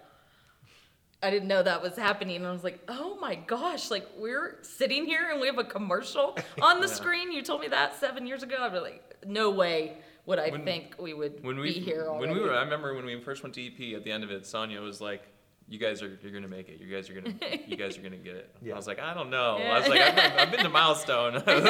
I didn't know that was happening, and I was like, oh my gosh, like we're sitting here and we have a commercial on the screen. You told me that seven years ago. I was like, no way would I When- think we would when be we here. when we already. were, I remember when we first went to EP. At the end of it, Sonia was like. You guys are you're gonna make it. You guys are gonna you guys are gonna get it. [LAUGHS] Yeah. I was like, I don't know. Yeah. I was like, I've been, I've been to [LAUGHS] Milestone. [LAUGHS] I was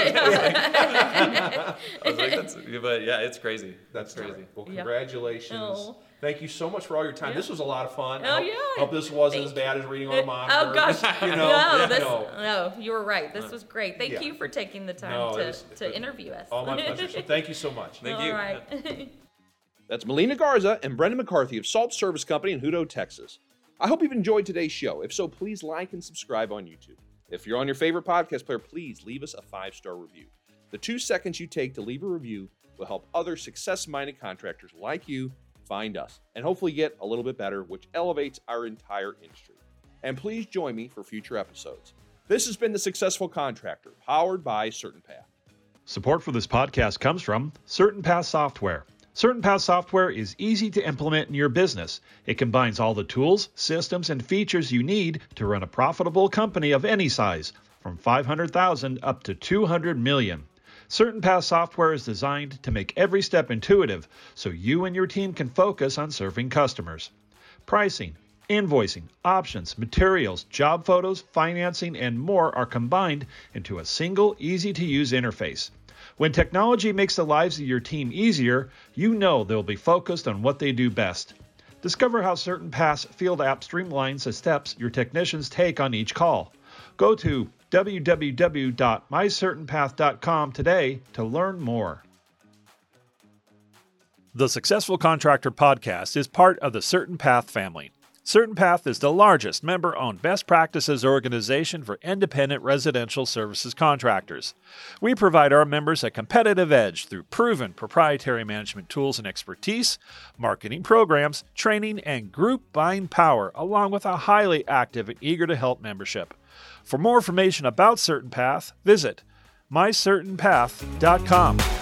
like, that's but yeah, it's crazy. That's crazy. crazy. Well, Yeah. congratulations. Oh. Thank you so much for all your time. Yeah. This was a lot of fun. Oh, I hope, yeah. hope this wasn't as Thank- bad as reading on a monitor. [LAUGHS] Oh [LAUGHS] gosh, you know, no, you this, know. no, you were right. This was great. Thank Yeah. you for taking the time No, it to, was- to interview us. All [LAUGHS] my pleasure. So thank you so much. Thank All you. right. [LAUGHS] That's Melina Garza and Brendan McCarthy of Salt Service Company in Hutto, Texas. I hope you've enjoyed today's show. If so, please like and subscribe on YouTube. If you're on your favorite podcast player, please leave us a five star review. The two seconds you take to leave a review will help other success minded contractors like you find us and hopefully get a little bit better, which elevates our entire industry. And please join me for future episodes. This has been The Successful Contractor, powered by Certain Path. Support for this podcast comes from Certain Path Software. Certain Path Software is easy to implement in your business. It combines all the tools, systems, and features you need to run a profitable company of any size, from 500,000 up to 200 million. Certain Path software is designed to make every step intuitive so you and your team can focus on serving customers. Pricing, invoicing, options, materials, job photos, financing, and more are combined into a single, easy to use interface. When technology makes the lives of your team easier, you know they'll be focused on what they do best. Discover how Certain Path's field app streamlines the steps your technicians take on each call. Go to www.mycertainpath.com today to learn more. The Successful Contractor podcast is part of the Certain Path family. Certain Path is the largest member owned best practices organization for independent residential services contractors. We provide our members a competitive edge through proven proprietary management tools and expertise, marketing programs, training, and group buying power, along with a highly active and eager to help membership. For more information about Certain Path, visit mycertainpath.com.